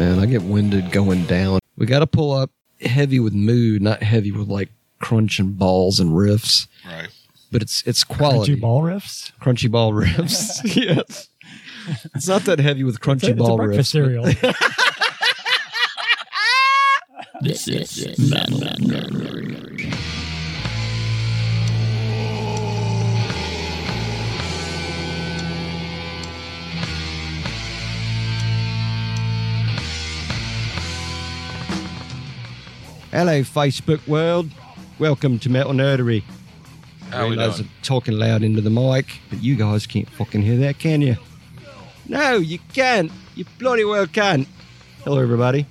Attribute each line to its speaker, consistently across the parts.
Speaker 1: I get winded going down. We got to pull up heavy with mood, not heavy with like crunch and balls and riffs.
Speaker 2: Right.
Speaker 1: But it's it's quality
Speaker 3: Crunchy ball riffs.
Speaker 1: Crunchy ball riffs. yes. It's not that heavy with
Speaker 3: It's a,
Speaker 1: crunchy
Speaker 3: it's a
Speaker 1: ball
Speaker 3: breakfast
Speaker 1: riffs.
Speaker 3: cereal.
Speaker 4: This is Metal Nerd.
Speaker 1: Hello, Facebook world. Welcome to Metal Nerdery.
Speaker 2: How
Speaker 1: I
Speaker 2: we
Speaker 1: realize
Speaker 2: doing?
Speaker 1: I'm talking loud into the mic, but you guys can't fucking hear that, can you? No, you can't. You bloody well can't. Hello, everybody.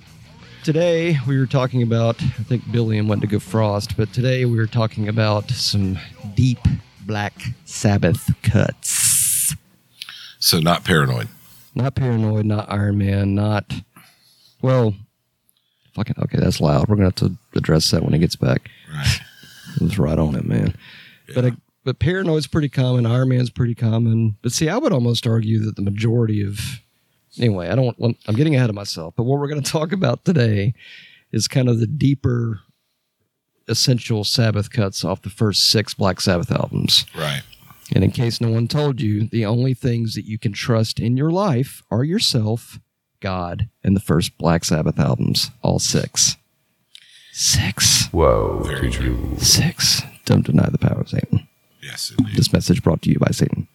Speaker 1: Today we were talking about, I think Billy and went to go frost, but today we were talking about some deep black Sabbath cuts.
Speaker 2: So not paranoid.
Speaker 1: Not Paranoid, not Iron Man, not. Well, fucking. Okay, that's loud. We're going to have to address that when he gets back.
Speaker 2: Right.
Speaker 1: It was right on it, man. But I, but paranoid's pretty common. Iron Man's pretty common. But see, I would almost argue that the majority of anyway, I don't. want- I'm getting ahead of myself. But what we're going to talk about today is kind of the deeper essential Sabbath cuts off the first six Black Sabbath albums.
Speaker 2: Right.
Speaker 1: And in case no one told you, the only things that you can trust in your life are yourself, God, and the first Black Sabbath albums, all six. Six.
Speaker 5: Whoa,
Speaker 2: Very true.
Speaker 1: Six. Don't deny the power of Satan.
Speaker 2: Yes, indeed.
Speaker 1: This message brought to you by Satan.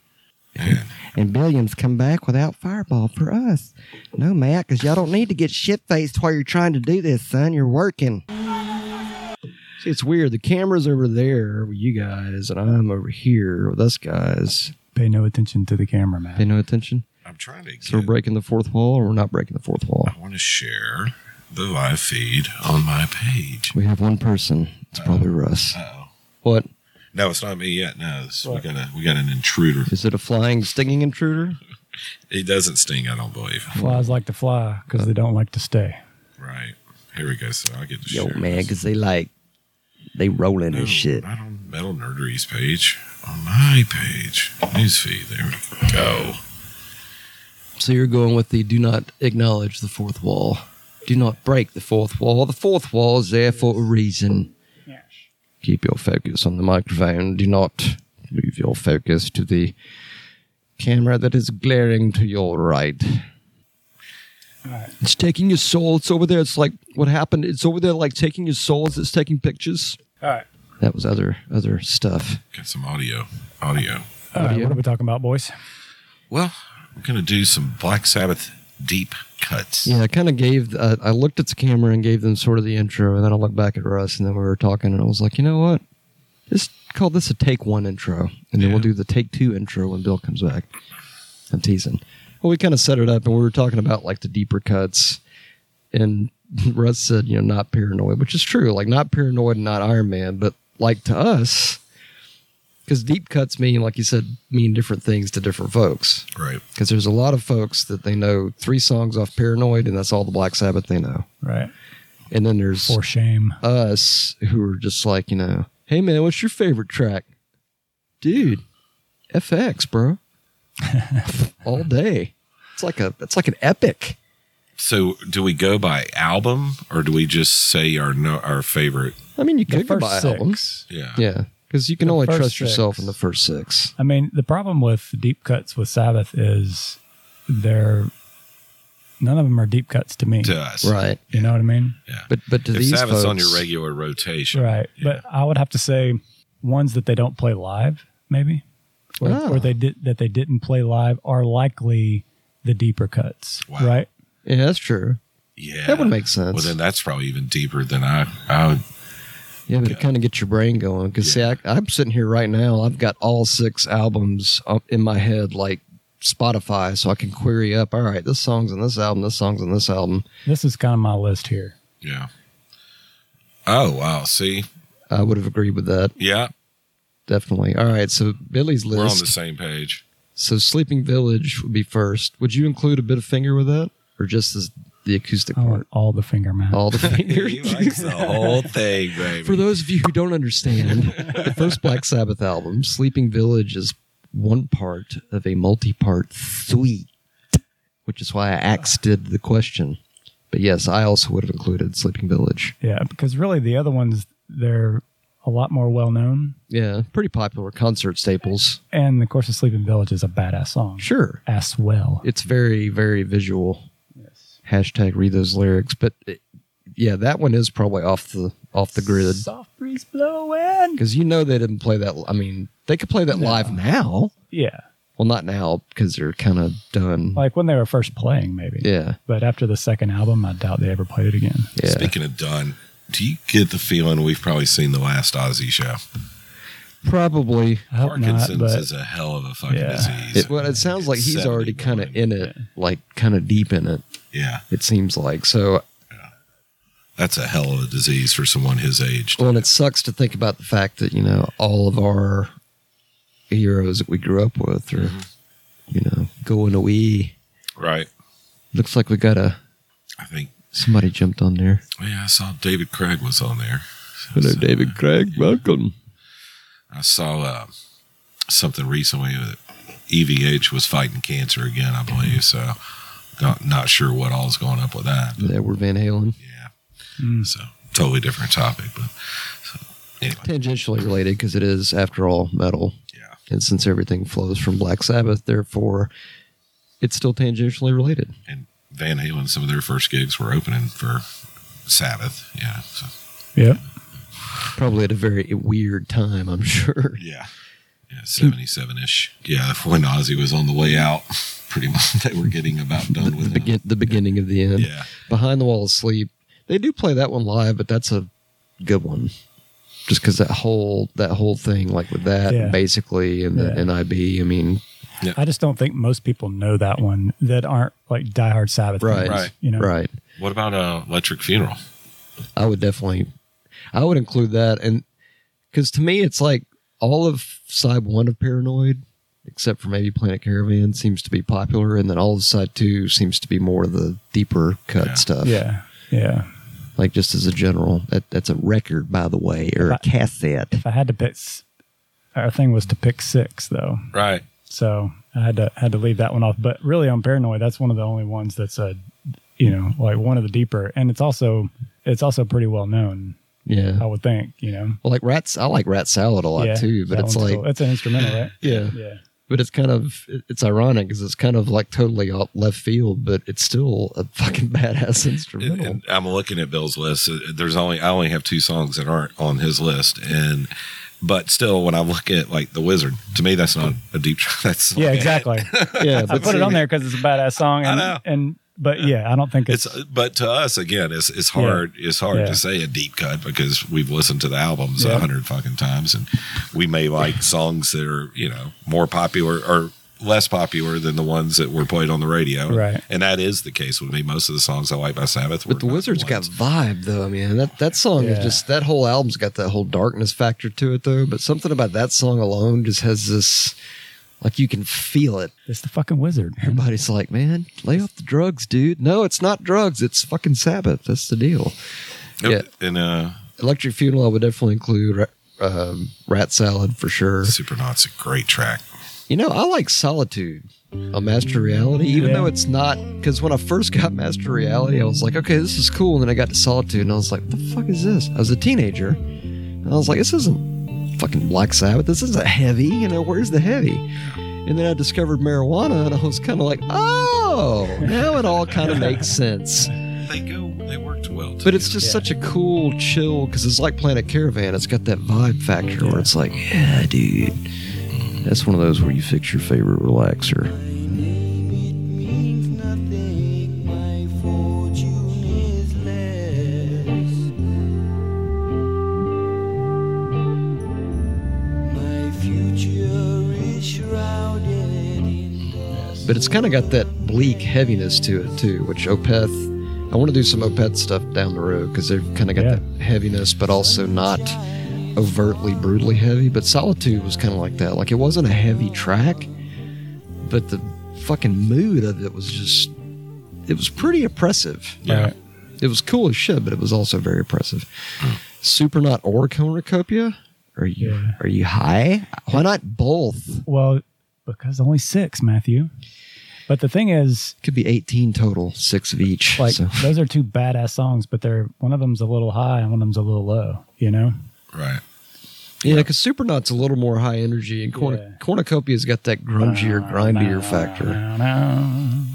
Speaker 2: Man.
Speaker 1: And billions come back without fireball for us. No, Matt, because y'all don't need to get shit faced while you're trying to do this, son. You're working. See, it's weird. The camera's over there with you guys, and I'm over here with us guys.
Speaker 3: Pay no attention to the camera,
Speaker 1: Pay
Speaker 3: man.
Speaker 1: no attention.
Speaker 2: I'm trying to.
Speaker 1: So we're
Speaker 2: get-
Speaker 1: breaking the fourth wall, or we're not breaking the fourth wall.
Speaker 2: I want to share the live feed on my page.
Speaker 1: We have one person. It's probably Russ.
Speaker 2: Oh.
Speaker 1: What
Speaker 2: No, it's not me yet. No, it's, we got a we got an intruder.
Speaker 1: is it? A flying, stinging intruder?
Speaker 2: He doesn't sting. I don't believe.
Speaker 3: Flies like to fly because they don't like to stay.
Speaker 2: Right. Here we go. So I get to
Speaker 1: Yo,
Speaker 2: share
Speaker 1: man,
Speaker 2: this.
Speaker 1: because they like they rolling
Speaker 2: No,
Speaker 1: and shit.
Speaker 2: Not on Metal Nerdery's page. On my page, newsfeed. There we go.
Speaker 1: So you're going with the do not acknowledge the fourth wall. Do not break the fourth wall. The fourth wall is there for a reason. Keep your focus on the microphone. Do not move your focus to the camera that is glaring to your right. It's taking your soul. It's over there. It's like what happened. It's over there, like taking your soul as it's taking pictures.
Speaker 3: All right.
Speaker 1: That was other other stuff.
Speaker 2: Got some audio. Audio.
Speaker 3: All right, what are we talking about, boys?
Speaker 2: Well, we're gonna do some Black Sabbath deep cuts.
Speaker 1: Yeah, I kind of gave. Uh, I looked at the camera and gave them sort of the intro, and then I looked back at Russ, and then we were talking, and I was like, you know what? Just call this a take one intro, and then we'll do the take two intro when Bill comes back. I'm teasing. Well, we kind of set it up, and we were talking about like the deeper cuts, and Russ said, you know, not paranoid, which is true. Like not paranoid, and not Iron Man, but like to us, because deep cuts mean, like you said, mean different things to different folks
Speaker 2: Right.
Speaker 1: because there's a lot of folks that they know three songs off Paranoid, and that's all the Black Sabbath they know.
Speaker 3: Right.
Speaker 1: And then there's
Speaker 3: For shame.
Speaker 1: us who are just like, you know, hey man, what's your favorite track, dude? FX, bro, all day. It's like a, it's like an epic.
Speaker 2: So, do we go by album, or do we just say our no, our favorite?
Speaker 1: I mean, you could go
Speaker 3: first
Speaker 1: by
Speaker 3: six.
Speaker 1: albums,
Speaker 2: Yeah.
Speaker 1: yeah, because you can
Speaker 3: The
Speaker 1: only
Speaker 3: first
Speaker 1: trust yourself
Speaker 3: six.
Speaker 1: in the first six.
Speaker 3: I mean, the problem with deep cuts with Sabbath is they're none of them are deep cuts to me.
Speaker 2: To us,
Speaker 1: Right,
Speaker 3: You know what I mean?
Speaker 2: Yeah.
Speaker 1: but but to
Speaker 2: if
Speaker 1: these
Speaker 2: Sabbath's
Speaker 1: folks,
Speaker 2: on your regular rotation,
Speaker 3: Right. But I would have to say ones that they don't play live, maybe, or,
Speaker 1: Ah.
Speaker 3: or they did that they didn't play live are likely the deeper cuts.
Speaker 2: Wow.
Speaker 3: Right.
Speaker 1: yeah, that's true.
Speaker 2: yeah,
Speaker 1: That would make sense.
Speaker 2: Well, then that's probably even deeper than I. I would,
Speaker 1: Yeah, but it kind of gets your brain going. Because
Speaker 2: Yeah.
Speaker 1: see, I, I'm sitting here right now. I've got all six albums up in my head, like Spotify, so I can query up. All right, this song's on this album. This song's on this album.
Speaker 3: This is kind of my list here.
Speaker 2: yeah. Oh wow! See,
Speaker 1: I would have agreed with that
Speaker 2: yeah,
Speaker 1: definitely. All right, so Billy's
Speaker 2: we're on the
Speaker 1: list.
Speaker 2: same page.
Speaker 1: So Sleeping Village would be first. Would you include a bit of finger with that, or just as the acoustic
Speaker 3: I
Speaker 1: part?
Speaker 3: want all the finger man.
Speaker 1: All the finger.
Speaker 2: the whole thing, baby.
Speaker 1: For those of you who don't understand, the first Black Sabbath album, Sleeping Village, is one part of a multi part suite, which is why I axed did the question. But yes, I also would have included Sleeping Village.
Speaker 3: Yeah, because really the other ones they're a lot more well known.
Speaker 1: Yeah, pretty popular concert staples.
Speaker 3: And of course, the Sleeping Village is a badass song
Speaker 1: Sure.
Speaker 3: as well.
Speaker 1: It's very, very visual. Hashtag read those lyrics. But it, yeah, that one is probably off the off the grid.
Speaker 3: Soft breeze blowing.
Speaker 1: Because you know they didn't play that. I mean, they could play that live now.
Speaker 3: Yeah,
Speaker 1: Well, not now because they're kind of done.
Speaker 3: like when they were first playing, maybe.
Speaker 1: yeah,
Speaker 3: But after the second album, I doubt they ever played it again.
Speaker 1: yeah.
Speaker 2: Speaking of done, do you get the feeling we've probably seen the last Ozzy show?
Speaker 1: Probably.
Speaker 3: I hope
Speaker 2: Parkinson's
Speaker 3: not, but
Speaker 2: is a hell of a fucking
Speaker 3: Yeah.
Speaker 2: disease.
Speaker 1: It, well, it sounds like he's
Speaker 2: 71.
Speaker 1: already kind of in it, like kind of deep in it.
Speaker 2: yeah,
Speaker 1: It seems like so.
Speaker 2: that's a hell of a disease for someone his age.
Speaker 1: Well, and it sucks to think about the fact that you know all of our heroes that we grew up with are, you know, going away.
Speaker 2: Right.
Speaker 1: Looks like we got a
Speaker 2: I think.
Speaker 1: somebody jumped on there.
Speaker 2: oh, yeah, I saw David Craig was on there.
Speaker 1: Hello, David Craig. Welcome.
Speaker 2: I saw uh, something recently that EVH was fighting cancer again, I believe. So, not, not sure what all's going up with that. but
Speaker 1: Yeah, we're Van Halen.
Speaker 2: yeah.
Speaker 1: Hmm.
Speaker 3: Mm.
Speaker 2: So, totally different topic. But so, anyway,
Speaker 1: Tangentially related because it is, after all, metal.
Speaker 2: yeah.
Speaker 1: And since everything flows from Black Sabbath, therefore, it's still tangentially related.
Speaker 2: And Van Halen, some of their first gigs were opening for Sabbath. Yeah. So,
Speaker 3: yeah,
Speaker 1: Probably at a very weird time, I'm sure.
Speaker 2: yeah. Yeah,
Speaker 1: Hmm.
Speaker 2: 77 ish. Yeah, when Ozzy was on the way out, pretty much they were getting about done with
Speaker 1: The,
Speaker 2: him.
Speaker 1: begin- the beginning of the end.
Speaker 2: Yeah.
Speaker 1: Behind the Wall of Sleep. They do play that one live, but that's a good one. Just because that whole that whole thing, like with that,
Speaker 3: Yeah.
Speaker 1: basically, and the
Speaker 3: Yeah.
Speaker 1: NIB. I mean,
Speaker 3: I just don't think most people know that one that aren't like diehard Sabbath
Speaker 1: Right.
Speaker 3: fans.
Speaker 2: Right.
Speaker 3: You know,
Speaker 1: right?
Speaker 2: What about uh, Electric Funeral?
Speaker 1: I would definitely, I would include that, and because to me, it's like all of side one of Paranoid, except for maybe Planet Caravan, seems to be popular, and then all of side two seems to be more the deeper cut
Speaker 2: Yeah.
Speaker 1: stuff.
Speaker 3: Yeah, yeah.
Speaker 1: like just as a general, that that's a record, by the way, or a cassette.
Speaker 3: If I had to pick, s- our thing was to pick six though,
Speaker 2: Right.
Speaker 3: so I had to had to leave that one off. But really, on Paranoid, that's one of the only ones that's a, you know, like one of the deeper, and it's also it's also pretty well known.
Speaker 1: Yeah,
Speaker 3: I would think, you know.
Speaker 1: well, like rats. I like Rat Salad a lot
Speaker 3: yeah,
Speaker 1: too, but
Speaker 3: that
Speaker 1: it's
Speaker 3: one's
Speaker 1: like
Speaker 3: cool. it's an instrumental, right?
Speaker 1: yeah,
Speaker 3: Yeah.
Speaker 1: but it's kind of it's ironic because it's kind of like totally out left field, but it's still a fucking badass instrumental.
Speaker 2: And, and I'm looking at Bill's list. Uh, There's only I only have two songs that aren't on his list, and but still, when I look at like the Wizard, to me that's not a deep. That's
Speaker 3: Yeah, exactly.
Speaker 1: yeah,
Speaker 3: I
Speaker 1: but
Speaker 3: put it
Speaker 1: see-
Speaker 3: on there because it's a badass song,
Speaker 2: I
Speaker 3: and,
Speaker 2: know.
Speaker 3: and but yeah, I don't think it's,
Speaker 2: It's but to us again, it's it's hard. It's hard
Speaker 3: Yeah.
Speaker 2: to say a deep cut because we've listened to the albums a
Speaker 3: Yeah.
Speaker 2: hundred fucking times, and we may like songs that are you know more popular or less popular than the ones that were played on the radio.
Speaker 3: Right.
Speaker 2: and that is the case with me. Most of the songs I like by Sabbath, were
Speaker 1: But the
Speaker 2: not
Speaker 1: Wizards got
Speaker 2: ones-
Speaker 1: vibe though, man. That that song is
Speaker 3: Yeah.
Speaker 1: just that whole album's got that whole darkness factor to it though. But something about that song alone just has this like you can feel it.
Speaker 3: it's the fucking wizard. man.
Speaker 1: Everybody's like, man, lay off the drugs, dude. No, it's not drugs. It's fucking Sabbath. That's the deal.
Speaker 2: Nope. and uh,
Speaker 1: Electric Funeral, I would definitely include Ra- um, Rat Salad for sure.
Speaker 2: Supernaut's a great track.
Speaker 1: You know, I like Solitude on Master Reality, even
Speaker 3: Yeah.
Speaker 1: though it's not. Because when I first got Master Reality, I was like, okay, this is cool. And then I got to Solitude and I was like, what the fuck is this? I was a teenager and I was like, this isn't fucking Black Sabbath. This isn't heavy. You know, where's the heavy? And then I discovered marijuana and I was kind of like, oh, now it all kind of makes sense.
Speaker 2: They go, they worked well.
Speaker 1: But it's just
Speaker 3: Yeah.
Speaker 1: such a cool chill because it's like Planet Caravan. It's got that vibe factor where it's like, yeah, dude. That's one of those where you fix your favorite relaxer. But it's kind of got that bleak heaviness to it too, which Opeth. I want to do some Opeth stuff down the road because they've kind of got
Speaker 3: Yeah.
Speaker 1: that heaviness, but also not overtly brutally heavy. But Solitude was kind of like that. Like it wasn't a heavy track, but the fucking mood of it was just. It was pretty oppressive.
Speaker 2: yeah.
Speaker 3: Right.
Speaker 1: It was cool as shit, but it was also very oppressive. Supernaut or Cornucopia? Are you
Speaker 3: Yeah.
Speaker 1: are you high? Why not both?
Speaker 3: Well, because only six, Matthew. But the thing is,
Speaker 1: Could be 18 total, six of each.
Speaker 3: like
Speaker 1: so.
Speaker 3: those are two badass songs, but they're one of them's a little high and one of them's a little low. You know,
Speaker 2: Right.
Speaker 1: Yeah, because Supernaut's a little more high energy, and Corn-
Speaker 3: Yeah.
Speaker 1: Cornucopia's got that grungier, grindier factor.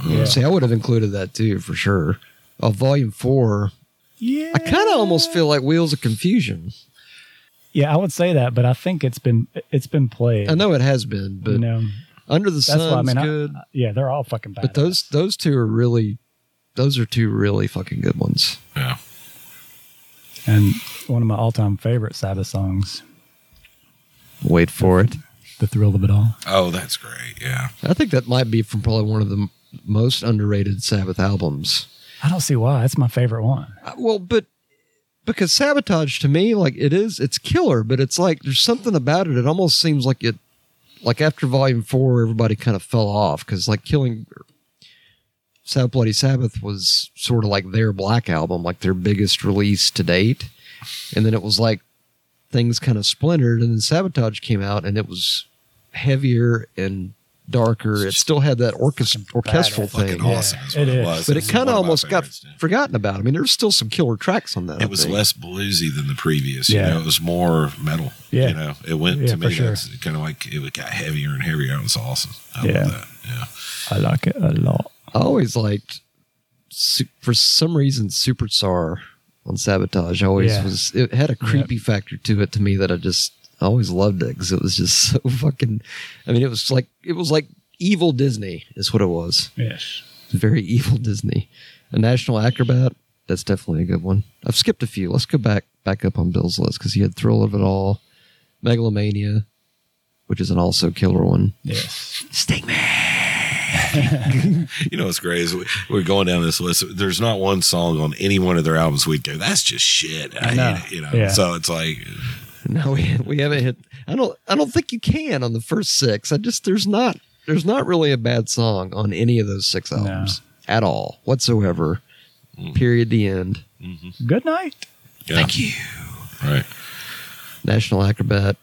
Speaker 3: Yeah.
Speaker 1: See, I would have included that too for sure. Uh, volume four,
Speaker 3: yeah,
Speaker 1: I kind of almost feel like Wheels of Confusion.
Speaker 3: yeah, I would say that, but I think it's been it's been played.
Speaker 1: I know it has been, but
Speaker 3: you know,
Speaker 1: Under the
Speaker 3: that's
Speaker 1: Sun's
Speaker 3: why I mean, I-
Speaker 1: good.
Speaker 3: yeah, they're all fucking bad.
Speaker 1: but those those two are really, those are two really fucking good ones.
Speaker 2: Yeah.
Speaker 3: and one of my all-time favorite Sabbath songs,
Speaker 1: Wait for it.
Speaker 3: "The Thrill of It All."
Speaker 2: Oh, that's great. Yeah.
Speaker 1: I think that might be from probably one of the m- most underrated Sabbath albums.
Speaker 3: I don't see why. It's my favorite one.
Speaker 1: Uh, Well, but because sabotage to me, like it is, it's killer, but it's like there's something about it. It almost seems like it, like after Volume Four, everybody kind of fell off because like killing Sabbath Bloody Sabbath was sort of like their black album, like their biggest release to date, and then it was like things kind of splintered, and then Sabotage came out, and it was heavier and darker. It still had that orchest- orchestral
Speaker 2: Fucking
Speaker 1: thing.
Speaker 2: awesome is what
Speaker 3: it
Speaker 2: it,
Speaker 3: is.
Speaker 2: was.
Speaker 1: But it
Speaker 2: was
Speaker 1: kind of
Speaker 2: one my
Speaker 1: almost got
Speaker 2: favorites, dude.
Speaker 1: forgotten about. I mean, there's still some killer tracks on that. I
Speaker 2: It was
Speaker 1: think.
Speaker 2: less bluesy than the previous.
Speaker 3: Yeah.
Speaker 2: You know, it was more metal.
Speaker 3: Yeah.
Speaker 2: You know, it went
Speaker 3: Yeah,
Speaker 2: to me.
Speaker 3: for sure.
Speaker 2: That's kind of like it got heavier and heavier. It was awesome. I
Speaker 3: Yeah.
Speaker 2: love that. Yeah.
Speaker 3: I like it a lot.
Speaker 1: I always liked, su- for some reason, Superstar on Sabotage. Always
Speaker 3: Yeah.
Speaker 1: was. It had a creepy factor to it to me that I just I always loved it because it was just so fucking. I mean, it was like it was like evil Disney is what it was.
Speaker 3: Yes.
Speaker 1: Very evil Disney. A National Acrobat. That's definitely a good one. I've skipped a few. Let's go back back up on Bill's list because he had Thrill of It All, Megalomania, which is an also killer one.
Speaker 3: Yes.
Speaker 2: You know what's great is we, we're going down this list. There's not one song on any one of their albums we'd go, that's just shit. I
Speaker 3: No.
Speaker 2: hate it. You know,
Speaker 3: Yeah.
Speaker 2: so it's like,
Speaker 1: No, we, we haven't hit. I don't. I don't think you can on the first six. I just there's not there's not really a bad song on any of those six albums at all whatsoever. Period. The end.
Speaker 3: Good night.
Speaker 2: Mm. thank you. Right.
Speaker 1: National Acrobat.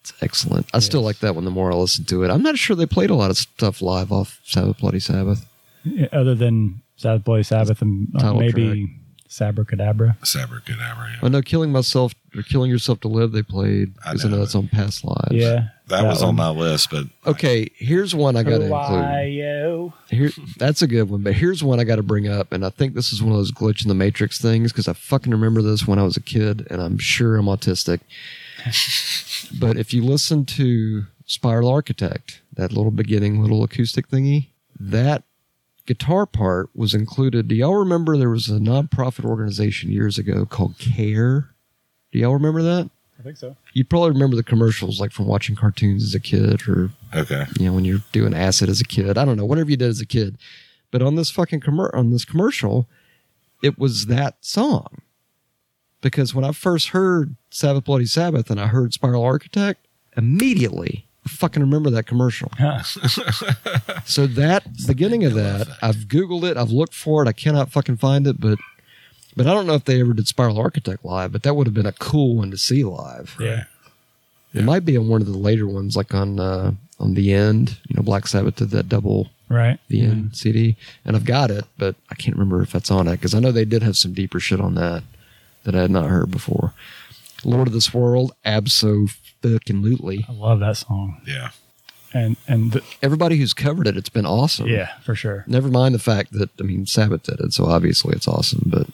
Speaker 1: It's excellent. I still like that one. The more I listen to it, I'm not sure they played a lot of stuff live off Sabbath Bloody Sabbath.
Speaker 3: Yeah, Other than Sabbath Boy Sabbath and uh,
Speaker 1: Title
Speaker 3: maybe Sabracadabra.
Speaker 2: Sabracadabra. Yeah.
Speaker 1: I know "Killing Myself" or "Killing Yourself to Live" they played
Speaker 2: I
Speaker 1: because I know
Speaker 2: know.
Speaker 1: that's on past lives.
Speaker 3: Yeah.
Speaker 2: That, was on
Speaker 3: one.
Speaker 2: my list, but
Speaker 1: Okay, here's one I got to include.
Speaker 3: Ohio.
Speaker 1: Here, that's a good one. But here's one I got to bring up, and I think this is one of those glitch in the matrix things because I fucking remember this when I was a kid, and I'm sure I'm autistic. but if you listen to Spiral Architect, that little beginning little acoustic thingy, that guitar part was included. Do y'all remember there was a nonprofit organization years ago called Care? Do y'all remember that?
Speaker 3: I think so.
Speaker 1: You probably remember the commercials, like from watching cartoons as a kid or
Speaker 2: okay.
Speaker 1: you know, when you're doing acid as a kid. I don't know, whatever you did as a kid. But on this fucking commer- on this commercial, it was that song. Because when I first heard Sabbath Bloody Sabbath and I heard Spiral Architect, immediately I fucking remember that commercial.
Speaker 3: Huh.
Speaker 1: so that beginning of that, I've Googled it, I've looked for it, I cannot fucking find it, but but I don't know if they ever did Spiral Architect live, but that would have been a cool one to see live.
Speaker 3: Yeah.
Speaker 1: It might be on one of the later ones, like on uh, on the end. You know, Black Sabbath did that double
Speaker 3: Right.
Speaker 1: the end CD, and I've got it, but I can't remember if that's on it because I know they did have some deeper shit on that that I had not heard before. Lord of this World, abso fucking lootly.
Speaker 3: I love that song.
Speaker 2: Yeah.
Speaker 3: And and the,
Speaker 1: Everybody who's covered it, it's been awesome.
Speaker 3: yeah, for sure.
Speaker 1: Never mind the fact that I mean Sabbath did it, so obviously it's awesome. But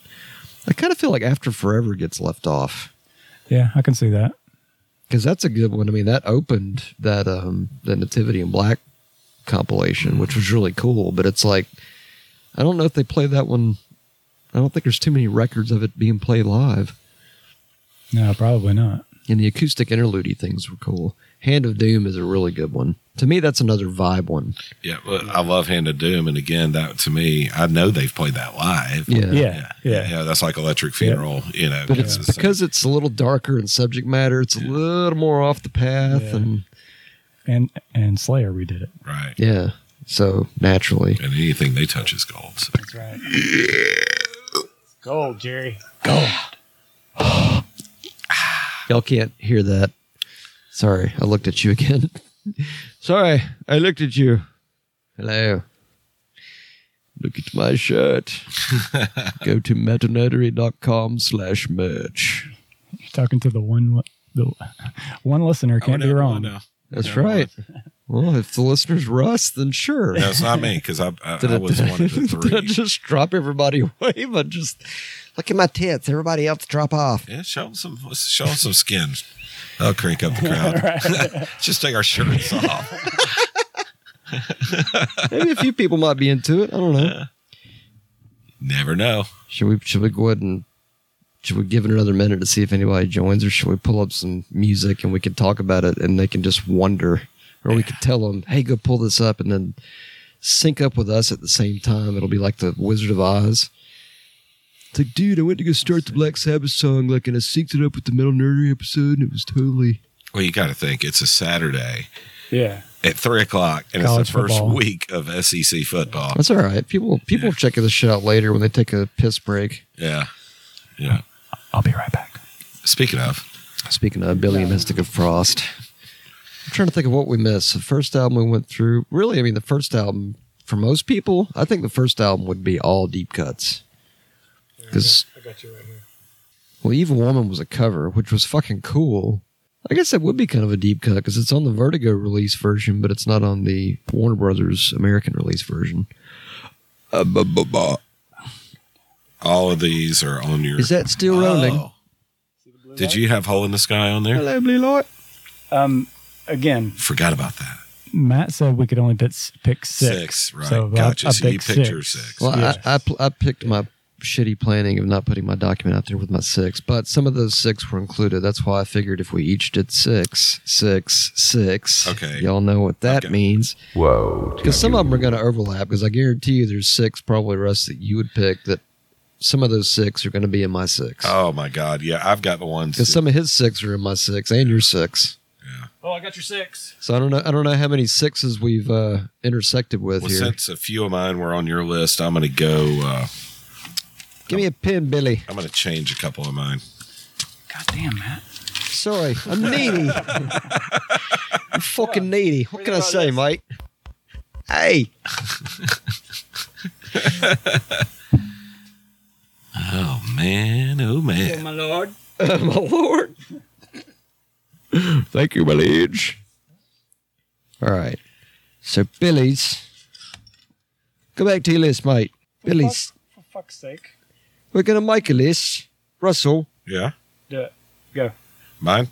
Speaker 1: I kind of feel like After Forever gets left off.
Speaker 3: Yeah, I can see that.
Speaker 1: because that's a good one. I mean, that opened that um the Nativity in Black compilation, which was really cool. But it's like, I don't know if they play that one. I don't think there's too many records of it being played live.
Speaker 3: No, probably not.
Speaker 1: And the acoustic interlude things were cool. Hand of Doom is a really good one. To me, that's another vibe one.
Speaker 2: Yeah. But I love Hand of Doom. And again, that to me, I know they've played that live.
Speaker 1: Yeah.
Speaker 3: Yeah. Yeah.
Speaker 2: Yeah. that's like Electric Funeral, you know.
Speaker 1: But it's
Speaker 2: the same.
Speaker 1: because it's a little darker in subject matter. It's a little more off the path,
Speaker 3: Yeah.
Speaker 1: and
Speaker 3: And and Slayer redid it.
Speaker 2: Right.
Speaker 1: yeah. So naturally,
Speaker 2: And anything they touch is gold. So.
Speaker 3: That's right. Gold, Jerry.
Speaker 1: Y'all can't hear that. Sorry, I looked at you again. Sorry, I looked at you. Hello. Look at my shirt. Go to metanotery.com slash merch.
Speaker 3: You're talking to the one the one listener
Speaker 2: I would
Speaker 3: can't be
Speaker 2: never really
Speaker 3: wrong.
Speaker 2: know.
Speaker 1: That's
Speaker 2: Never really
Speaker 1: right. Well, if the listener's Russ, then sure.
Speaker 2: No, it's not me because I, I, I was one of the
Speaker 1: did I
Speaker 2: three.
Speaker 1: just drop everybody away? But just look at my tits. Everybody else drop off.
Speaker 2: Yeah, show 'em some, show 'em some skin. That'll crank up the crowd. Just take our shirts off.
Speaker 1: Maybe a few people might be into it. I don't know.
Speaker 2: Never know.
Speaker 1: Should we should we go ahead and should we give it another minute to see if anybody joins, or should we pull up some music and we can talk about it and they can just wonder, or we could tell them, "Hey, go pull this up," and then sync up with us at the same time. It'll be like the Wizard of Oz. It's like, dude, I went to go start the Black Sabbath song, like, and I synced it up with the Metal Nerdery episode, and it was totally.
Speaker 2: Well, you got to think it's a Saturday
Speaker 3: Yeah.
Speaker 2: at three o'clock, and
Speaker 3: College
Speaker 2: it's the first
Speaker 3: football.
Speaker 2: week of SEC football.
Speaker 1: That's all right. People people
Speaker 2: Yeah.
Speaker 1: will check this shit out later when they take a piss break.
Speaker 2: Yeah, yeah.
Speaker 3: I'll be right back.
Speaker 2: Speaking of,
Speaker 1: Speaking of Billy and Mystic of Frost, I'm trying to think of what we missed. The first album we went through, really, I mean, the first album for most people, I think the first album would be all deep cuts. Because,
Speaker 3: I got you right here.
Speaker 1: well, Evil Woman was a cover, which was fucking cool. I guess that would be kind of a deep cut because it's on the Vertigo release version, but it's not on the Warner Brothers American release version. Uh, bu- bu- bu-
Speaker 2: all of these are on your. Oh.
Speaker 1: Is that still rolling?
Speaker 2: Did you have hole in the sky on there?
Speaker 1: Hello, Blue Light.
Speaker 3: Um, again,
Speaker 2: Forgot about that.
Speaker 3: Matt said we could only pick, s- pick six.
Speaker 2: Six, right?
Speaker 3: So I-
Speaker 2: gotcha.
Speaker 3: I
Speaker 2: so you
Speaker 3: picked six.
Speaker 2: picture six.
Speaker 1: Well,
Speaker 3: Yeah.
Speaker 1: I, I, pl- I picked my shitty planning of not putting my document out there with my six, but some of those six were included. That's why I figured if we each did six, six, six,
Speaker 2: Okay.
Speaker 1: y'all know what that
Speaker 2: Okay.
Speaker 1: means.
Speaker 5: Whoa.
Speaker 1: Because some of them are going to overlap. Because I guarantee you, there's six probably Russ that you would pick that some of those six are going to be in my six.
Speaker 2: Oh my God! Yeah, I've got the ones.
Speaker 1: Because some of his six are in my six and your six.
Speaker 3: Oh, I got your six.
Speaker 1: So I don't know. I don't know how many sixes we've uh, intersected with
Speaker 2: well,
Speaker 1: here.
Speaker 2: since a few of mine were on your list, I'm going to go. Uh,
Speaker 1: Give me a pin, Billy.
Speaker 2: I'm going to change a couple of mine.
Speaker 3: God damn, Matt.
Speaker 1: Sorry, I'm needy. I'm fucking needy. What can I say, mate? Hey,
Speaker 2: Oh man! Oh man!
Speaker 3: my lord.
Speaker 1: my lord. Thank you, my liege. All right. So, Billy's. Go back to your list, mate. Billy's.
Speaker 3: For fuck's sake.
Speaker 1: We're going to make a list. Russell.
Speaker 2: Yeah,
Speaker 3: Do it. Go.
Speaker 2: mine.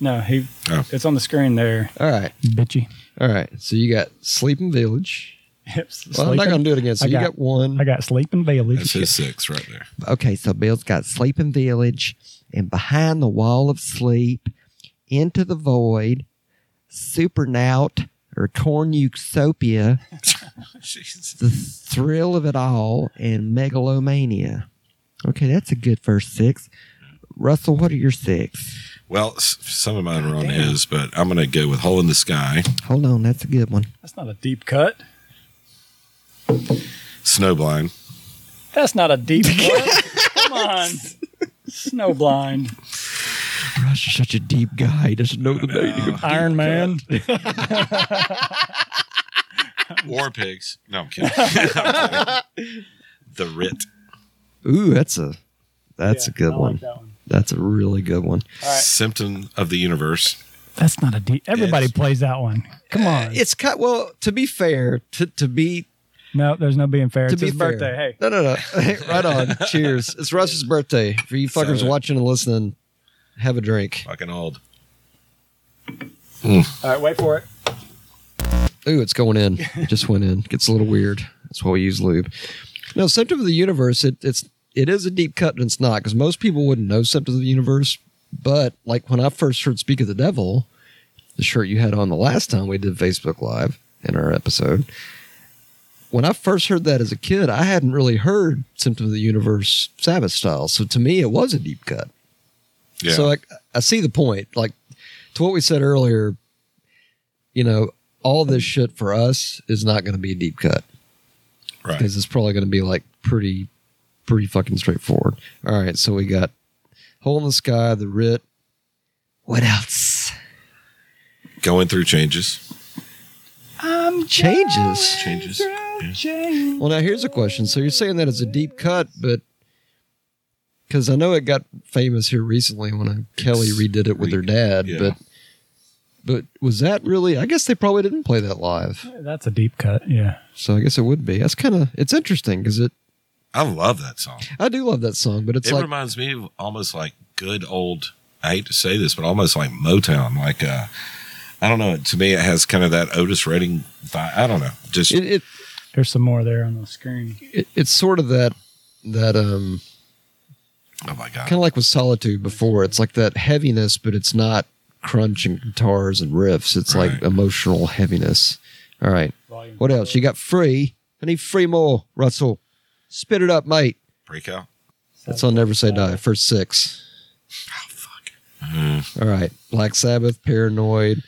Speaker 3: No, he.
Speaker 2: Oh.
Speaker 3: It's on the screen there.
Speaker 1: All right.
Speaker 3: Bitchy.
Speaker 1: All right. So, you got Sleeping Village.
Speaker 3: Hips.
Speaker 1: Well, I'm not going to do it again. So,
Speaker 3: I
Speaker 1: you
Speaker 3: got-
Speaker 1: got one.
Speaker 3: I got sleeping village.
Speaker 2: That's his six right there.
Speaker 1: okay, so Bill's got Sleeping Village and Behind the Wall of Sleep, Into the Void, Supernaut or Cornucopia,
Speaker 2: Jesus.
Speaker 1: The Thrill of It All, and Megalomania. Okay, that's a good first six. Russell, what are your six?
Speaker 2: Well, s- some of mine are on his, but I'm going to go with hole in the sky,
Speaker 1: Hold on, that's a good one.
Speaker 3: That's not a deep cut.
Speaker 2: snowblind,
Speaker 3: That's not a deep cut. Come on. Snowblind.
Speaker 1: Russ is such a deep guy. He doesn't know the meaning of
Speaker 3: Iron Man.
Speaker 2: war pigs. No, I'm kidding. I'm kidding. the writ.
Speaker 1: Ooh, that's a that's
Speaker 3: Yeah,
Speaker 1: a good
Speaker 3: I like
Speaker 1: one.
Speaker 3: that one.
Speaker 1: That's a really good one.
Speaker 3: All right.
Speaker 2: Symptom of the universe.
Speaker 3: That's not a deep. Everybody
Speaker 2: Yes.
Speaker 3: plays that one. Come on.
Speaker 1: It's cut well, to be fair, to to be
Speaker 3: no, there's no being fair.
Speaker 1: to
Speaker 3: it's
Speaker 1: be
Speaker 3: his
Speaker 1: fair.
Speaker 3: birthday. Hey.
Speaker 1: No, no, no. Hey, right on. Cheers. It's Russ's birthday. For you fuckers
Speaker 2: Sorry.
Speaker 1: watching and listening, have a drink.
Speaker 2: Fucking old.
Speaker 3: All right, wait for it.
Speaker 1: Ooh, it's going in. It just went in. Gets a little weird. That's why we use lube. No, Symptom of the Universe, it, it's it is a deep cut and it's not, because most people wouldn't know Symptom of the Universe. But like when I first heard Speak of the Devil, the shirt you had on the last time we did Facebook Live in our episode. When I first heard that as a kid, I hadn't really heard Symptom of the Universe Sabbath style. So to me it was a deep cut.
Speaker 2: Yeah.
Speaker 1: So I, I see the point. Like to what we said earlier, you know, all this shit for us is not going to be a deep cut
Speaker 2: right.
Speaker 1: because it's probably going to be like pretty, pretty fucking straightforward. All right, so we got hole in the sky, the writ. What else?
Speaker 2: Going through changes.
Speaker 3: I'm
Speaker 1: Changes.
Speaker 2: Changes. Yeah.
Speaker 3: Jane.
Speaker 1: Well, now here's a question. So you're saying that it's a deep cut, but because I know it got famous here recently when I, Kelly redid it with her dad,
Speaker 2: yeah.
Speaker 1: but but was that really? I guess they probably didn't play that live,
Speaker 3: That's a deep cut. Yeah.
Speaker 1: so I guess it would be. That's kind of it's interesting because it.
Speaker 2: I love that song.
Speaker 1: I do love that song, but it's
Speaker 2: it
Speaker 1: like
Speaker 2: reminds me of almost like good old. I hate to say this, but almost like Motown. Like uh, I don't know. To me, it has kind of that Otis Redding vibe. I don't know. Just
Speaker 1: it, it,
Speaker 3: There's some more there on the screen.
Speaker 1: it it's sort of that that um
Speaker 2: oh my god,
Speaker 1: kind of like with solitude before. It's like that heaviness, but it's not crunch and guitars and riffs. It's like
Speaker 2: Right.
Speaker 1: emotional heaviness. All right.
Speaker 3: Volume
Speaker 1: What else? You got free. I need free more, Russell. Spit it up, mate.
Speaker 2: freak out.
Speaker 1: That's on Never Say Die. First six. All right. Black Sabbath, Paranoid,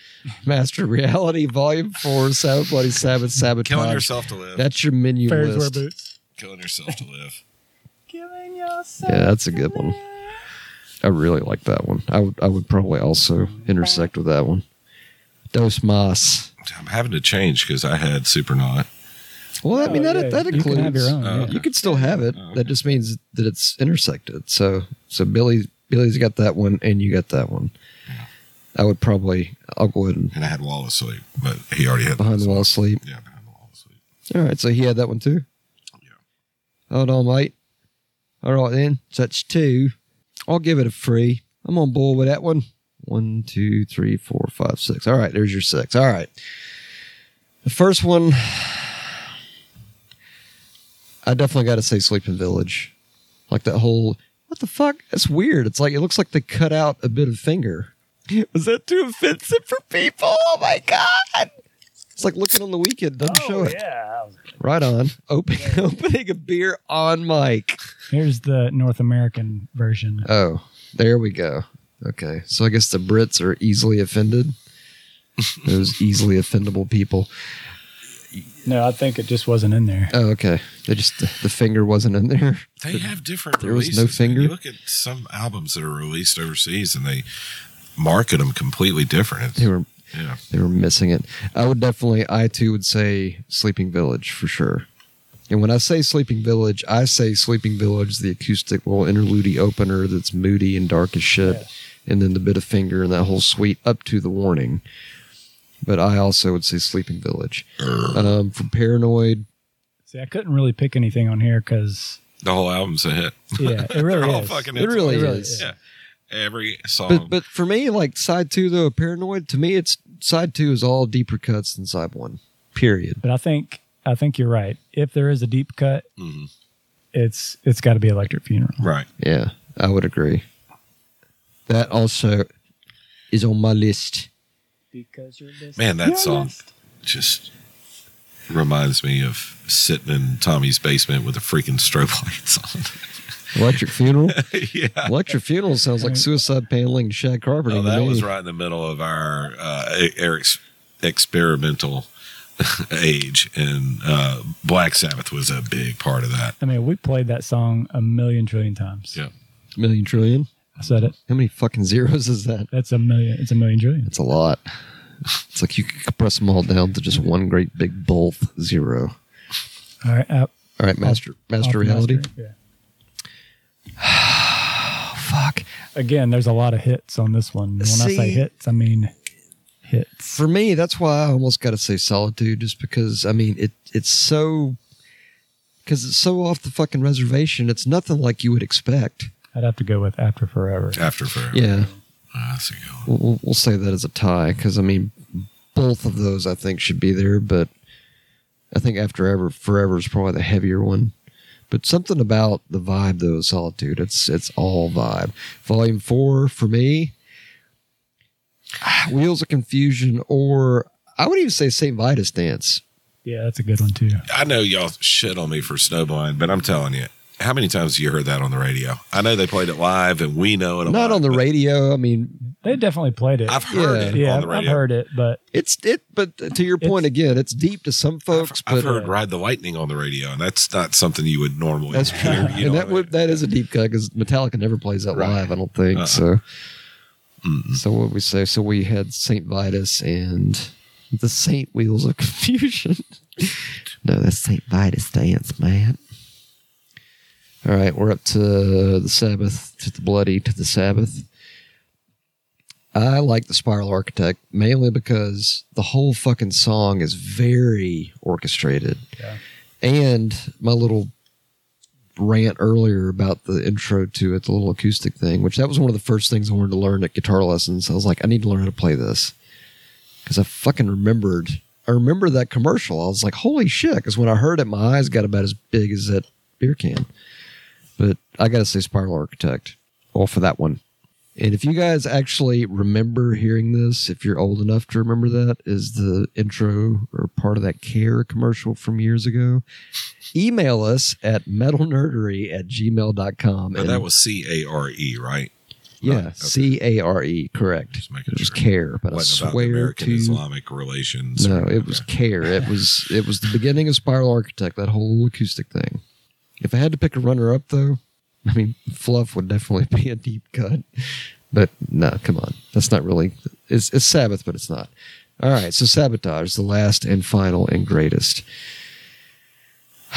Speaker 1: Master of Reality, Volume Four, Sabbath Bloody Sabbath, Sabotage.
Speaker 2: Killing yourself to live.
Speaker 1: That's your menu
Speaker 3: Fairs wear
Speaker 1: list.
Speaker 3: boots.
Speaker 2: Killing yourself to live.
Speaker 3: Killing yourself.
Speaker 1: Yeah, that's a good one. I really like that one. I would I would probably also intersect with that one. Dos Mas.
Speaker 2: I'm having to change because I had Supernaut.
Speaker 1: Well, I mean
Speaker 3: Oh,
Speaker 1: that
Speaker 3: yeah,
Speaker 1: that
Speaker 3: You
Speaker 1: includes
Speaker 3: can have your own.
Speaker 2: uh,
Speaker 3: yeah.
Speaker 1: You could still have it.
Speaker 2: Oh, okay.
Speaker 1: That just means that it's intersected. So so Billy Billy's got that one and you got that one. I would probably I'll go ahead and
Speaker 2: and I had Wall of Sleep, but he already had
Speaker 1: behind the wall sleep.
Speaker 2: Yeah, behind the Wall of Sleep.
Speaker 1: All right, so he had that one too.
Speaker 2: Yeah.
Speaker 1: Hold on, mate. All right then, so that's two. I'll give it a free. I'm on board with that one. One, two, three, four, five, six. All right, there's your six. All right. The first one, I definitely got to say Sleeping Village. Like that whole, what the fuck? That's weird. It's like, it looks like they cut out a bit of finger. Was that too offensive for people? Oh my God. It's like looking on the weekend, doesn't show
Speaker 3: Oh,
Speaker 1: it.
Speaker 3: yeah.
Speaker 1: Right on. Open, opening a beer on mic.
Speaker 3: Here's the North American version.
Speaker 1: Oh, there we go. Okay. So I guess the Brits are easily offended. Those easily offendable people.
Speaker 3: No, I think it just wasn't in there.
Speaker 1: Oh, okay. They just the finger wasn't in there.
Speaker 2: They have different.
Speaker 1: There was no
Speaker 2: releases, man.
Speaker 1: finger?
Speaker 2: You look at some albums that are released overseas, and they market them completely different.
Speaker 1: They
Speaker 2: It's,
Speaker 1: were
Speaker 2: yeah,
Speaker 1: they were missing it. I would definitely I too would say Sleeping Village for sure. And when I say Sleeping Village, I say Sleeping Village, the acoustic little interlude opener that's moody and dark as shit.
Speaker 3: Yeah.
Speaker 1: and then the bit of finger and that whole suite up to the warning. But I also would say Sleeping Village. Um, from Paranoid,
Speaker 3: See, I couldn't really pick anything on here because,
Speaker 2: the whole album's a hit.
Speaker 3: yeah, it really
Speaker 2: They're all
Speaker 3: is.
Speaker 2: fucking.
Speaker 1: It
Speaker 2: hits.
Speaker 1: really
Speaker 3: really
Speaker 1: is.
Speaker 3: is.
Speaker 2: Yeah, every song.
Speaker 1: But but for me, like side two though, of Paranoid to me, it's side two is all deeper cuts than side one. Period.
Speaker 3: But I think I think you're right. If there is a deep cut,
Speaker 2: Mhm.
Speaker 3: it's it's got to be Electric Funeral.
Speaker 2: right,
Speaker 1: Yeah, I would agree. That also is on my list.
Speaker 3: Because you're
Speaker 2: man, that song just reminds me of sitting in Tommy's basement with the freaking strobe lights on.
Speaker 1: Electric Funeral.
Speaker 2: yeah.
Speaker 1: Electric Funeral sounds like suicide paneling to Shad Carpenter.
Speaker 2: Oh,
Speaker 1: to
Speaker 2: that
Speaker 1: me.
Speaker 2: was right in the middle of our uh, E- Eric's experimental age, and uh, Black Sabbath was a big part of that.
Speaker 3: I mean, we played that song a million trillion times.
Speaker 2: Yeah.
Speaker 1: Million trillion.
Speaker 3: I said it.
Speaker 1: How many fucking zeros is that?
Speaker 3: That's a million. It's a million trillion.
Speaker 1: It's a lot. It's like you could compress them all down to just one great big bulk zero.
Speaker 3: All right. Out,
Speaker 1: All right, master, master
Speaker 3: off
Speaker 1: reality.
Speaker 3: master, Yeah.
Speaker 1: Oh fuck!
Speaker 3: Again, there's a lot of hits on this one. When I
Speaker 1: See-
Speaker 3: say hits, I mean hits.
Speaker 1: For me, that's why I almost got to say solitude, just because I mean it. It's so because it's so off the fucking reservation. It's nothing like you would expect.
Speaker 3: I'd have to go with After Forever.
Speaker 2: After Forever.
Speaker 1: Yeah,
Speaker 2: Ah, that's a good one.
Speaker 1: we'll- we'll, we'll say that as a tie because I mean both of those I think should be there, but I think after ever forever is probably the heavier one. But something about the vibe though, of solitude. It's it's all vibe. Volume four for me, ah, Wheels of Confusion, or I would even say Saint Vitus Dance.
Speaker 3: Yeah, that's a good one too.
Speaker 2: I know y'all shit on me for Snowblind, but I'm telling you, how many times have you heard that on the radio? I know they played it live, and we know it. a
Speaker 1: Not
Speaker 2: lot,
Speaker 1: on the
Speaker 2: but
Speaker 1: radio. I mean,
Speaker 3: They definitely played it.
Speaker 2: I've heard
Speaker 1: Yeah.
Speaker 2: it
Speaker 3: yeah,
Speaker 2: on
Speaker 3: I've,
Speaker 2: the
Speaker 3: I've
Speaker 2: radio.
Speaker 3: heard it, but
Speaker 1: it's it. But to your point again, it's deep to some
Speaker 2: I've-
Speaker 1: folks.
Speaker 2: I've
Speaker 1: but
Speaker 3: uh,
Speaker 2: heard "Ride the Lightning" on the radio, and that's not something you would normally.
Speaker 1: That's true.
Speaker 2: hear,
Speaker 1: and
Speaker 2: you know what I
Speaker 1: that
Speaker 2: mean?
Speaker 1: would, that is a deep cut because Metallica never plays that
Speaker 2: Right.
Speaker 1: live, I don't think.
Speaker 2: Uh-uh.
Speaker 1: So,
Speaker 2: Mm-mm.
Speaker 1: so what we say? So we had Saint Vitus and the Saint Wheels of Confusion. no, that's Saint Vitus dance, man. All right, we're up to the Sabbath, to the bloody, to the Sabbath. I like the Spiral Architect mainly because the whole fucking song is very orchestrated.
Speaker 3: Yeah.
Speaker 1: And my little rant earlier about the intro to it, the little acoustic thing, which that was one of the first things I wanted to learn at guitar lessons. I was like, I need to learn how to play this because I fucking remembered. I remember that commercial. I was like, holy shit! Because when I heard it, my eyes got about as big as that beer can. But I gotta say, Spiral Architect, all for that one. And if you guys actually remember hearing this, if you're old enough to remember that, is the intro or part of that care commercial from years ago email us at metalnerdery at gmail.com.
Speaker 2: Now, that was C A R E, right?
Speaker 1: yeah,
Speaker 2: okay.
Speaker 1: C A R E, correct.
Speaker 2: Just making
Speaker 1: It was
Speaker 2: sure.
Speaker 1: care, but I
Speaker 2: Wasn't about the
Speaker 1: swear
Speaker 2: American
Speaker 1: to
Speaker 2: Islamic relations.
Speaker 1: no,
Speaker 2: or-
Speaker 1: it was
Speaker 2: okay.
Speaker 1: care. It was it was the beginning of Spiral Architect, that whole acoustic thing. If I had to pick a runner up though, I mean Fluff would definitely be a deep cut. But no, come on. That's not really it's it's Sabbath, but it's not. All right, so sabotage, the last and final and greatest.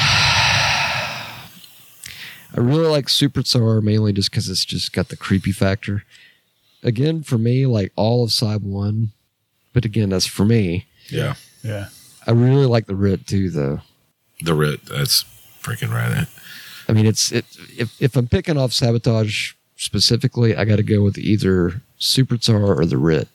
Speaker 1: I really like Super Tsar mainly just because it's just got the creepy factor. Again, for me, like all of Side One, but again, that's for me.
Speaker 2: Yeah.
Speaker 3: Yeah.
Speaker 1: I really like the writ too, though.
Speaker 2: The writ. That's freaking right.
Speaker 1: I mean, it's it. If if I'm picking off sabotage specifically, I got to go with either Super Tsar or the writ,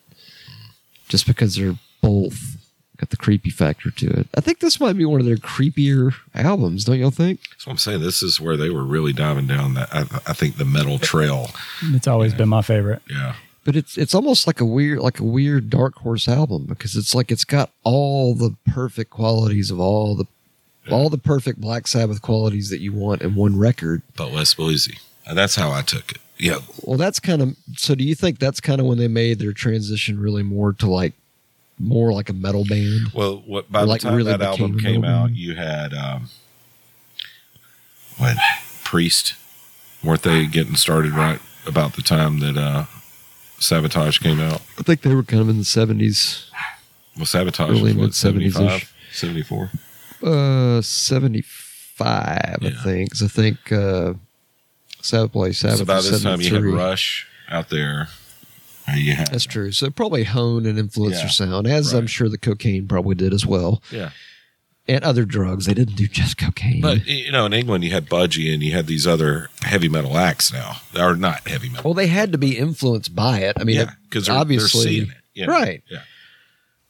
Speaker 1: just because they're both got the creepy factor to it. I think this might be one of their creepier albums, don't y'all think?
Speaker 2: That's what I'm saying. This is where they were really diving down that. I, I think the metal trail.
Speaker 3: It's always been my favorite.
Speaker 2: Yeah.
Speaker 1: But it's it's almost like a weird like a weird dark horse album because it's like it's got all the perfect qualities of all the all the perfect Black Sabbath qualities that you want in one record.
Speaker 2: But less bluesy. And that's how I took it. Yeah.
Speaker 1: Well, that's kind of so. Do you think that's kind of when they made their transition really more to like more like a metal band?
Speaker 2: Well, what by
Speaker 1: Like,
Speaker 2: the time
Speaker 1: really
Speaker 2: that album
Speaker 1: became
Speaker 2: came
Speaker 1: a little-
Speaker 2: out, you had um, when Priest weren't they getting started right about the time that uh, Sabotage came out?
Speaker 1: I think they were kind of in the seventies,
Speaker 2: Well, Sabotage
Speaker 1: Early
Speaker 2: was what,
Speaker 1: mid-70s-ish.
Speaker 2: 75, 74?
Speaker 1: uh, seventy five, I
Speaker 2: Yeah.
Speaker 1: think. 'Cause I think uh, Sabbath play Sabbath.
Speaker 2: so by
Speaker 1: was
Speaker 2: this time, you had
Speaker 1: 73.
Speaker 2: Rush out there. Uh, you had
Speaker 1: That's true. So it probably hone and influence their
Speaker 2: Yeah.
Speaker 1: sound, as I'm
Speaker 2: Right.
Speaker 1: sure the cocaine probably did as well,
Speaker 2: Yeah,
Speaker 1: and other drugs. They didn't do just cocaine.
Speaker 2: but y- you know, in England, you had Budgie, and you had these other heavy metal acts now, or not heavy metal.
Speaker 1: well, they had to be influenced by it. Oh, I mean,
Speaker 2: yeah,
Speaker 1: it-
Speaker 2: because they're,
Speaker 1: obviously-
Speaker 2: they're seeing it, you know?
Speaker 1: right.
Speaker 2: Yeah,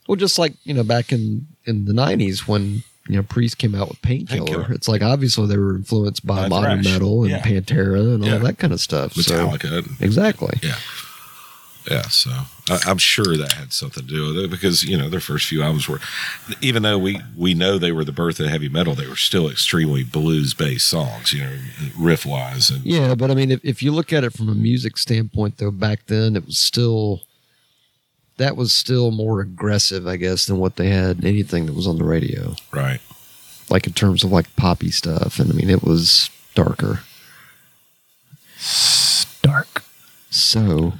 Speaker 1: Well, just like you know, back in in the '90s when you know Priest came out with Painkiller,
Speaker 2: Painkiller.
Speaker 1: it's like obviously they were influenced by
Speaker 2: By
Speaker 1: modern
Speaker 2: thrash.
Speaker 1: metal and
Speaker 2: Yeah.
Speaker 1: Pantera and
Speaker 2: Yeah.
Speaker 1: all that kind of stuff. So
Speaker 2: Metallica. and-
Speaker 1: exactly,
Speaker 2: Yeah. Yeah. So I, I'm sure that had something to do with it because, you know, their first few albums were, even though we, we know they were the birth of heavy metal, they were still extremely blues based songs, you know, riff wise. And
Speaker 1: yeah. But I mean, if, if you look at it from a music standpoint, though, back then it was still that was still more aggressive, I guess, than what they had anything that was on the radio,
Speaker 2: right.
Speaker 1: like in terms of like poppy stuff. And I mean, it was darker.
Speaker 3: Dark.
Speaker 1: So,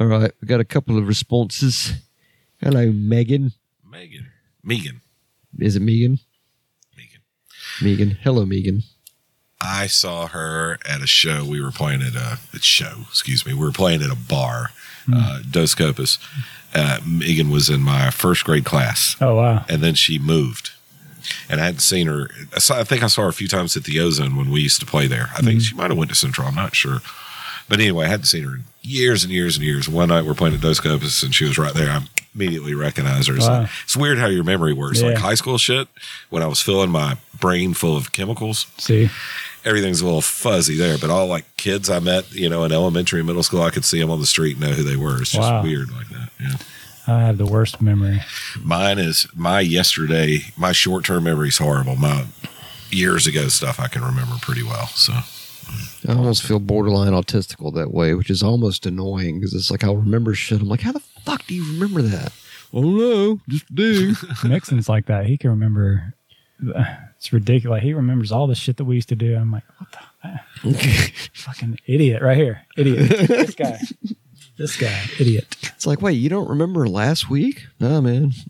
Speaker 1: all right, we got a couple of responses. Hello, Megan.
Speaker 2: Megan. Megan.
Speaker 1: Is it Megan?
Speaker 2: Megan.
Speaker 1: Megan. Hello, Megan.
Speaker 2: I saw her at a show. We were playing at a, at show, excuse me. We were playing at a bar, uh, Dos Copus. Uh, Megan was in my first grade class.
Speaker 3: Oh wow.
Speaker 2: and then she moved. And I hadn't seen her. I, saw, I think I saw her a few times at the Ozone when we used to play there. I
Speaker 3: Mm-hmm.
Speaker 2: think she might have went to Central. I'm not sure. But anyway, I hadn't seen her in years and years and years. One night we're playing at Dos Copus and she was right there. I immediately recognized her. It's,
Speaker 3: Wow.
Speaker 2: like- it's weird how your memory works. Like
Speaker 3: Yeah.
Speaker 2: high school shit, when I was filling my brain full of chemicals,
Speaker 3: See.
Speaker 2: everything's a little fuzzy there. But all like kids I met, you know, in elementary and middle school, I could see them on the street and know who they were. It's just
Speaker 3: Wow.
Speaker 2: weird like that. Yeah.
Speaker 3: I have the worst memory.
Speaker 2: Mine is my yesterday. My short term memory's horrible. My years ago stuff I can remember pretty well. So
Speaker 1: I almost feel borderline autistical that way, which is almost annoying because it's like I'll remember shit. I'm like, how the fuck do you remember that? Oh no, just do.
Speaker 3: Nixon's like that. He can remember. It's ridiculous. He remembers all the shit that we used to do. I'm like, what the fucking idiot right here. Idiot. this guy. This guy. Idiot.
Speaker 1: it's like, wait, you don't remember last week? Nah, man.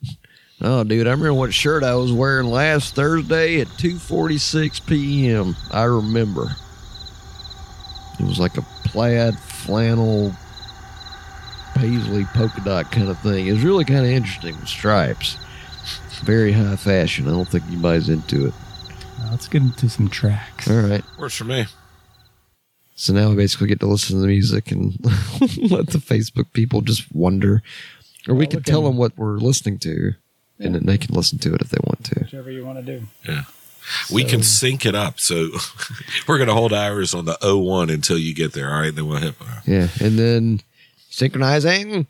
Speaker 1: Oh, dude, I remember what shirt I was wearing last Thursday at 2:46 p.m. I remember. It was like a plaid flannel paisley polka dot kind of thing. It was really kind of interesting with stripes. Very high fashion. I don't think anybody's into it.
Speaker 3: Now let's get into some tracks.
Speaker 1: All right.
Speaker 2: Works for me.
Speaker 1: So now we basically get to listen to the music and let the Facebook people just wonder. Or we
Speaker 3: Well,
Speaker 1: can
Speaker 3: look
Speaker 1: tell
Speaker 3: in-
Speaker 1: them what we're listening to, and then they can listen to it if they want to.
Speaker 3: Whichever you want to do.
Speaker 2: we
Speaker 3: So-
Speaker 2: can sync it up. So we're going to hold ours on the 01 until you get there. All right. Then we'll uh, hit.
Speaker 1: Yeah, and then synchronizing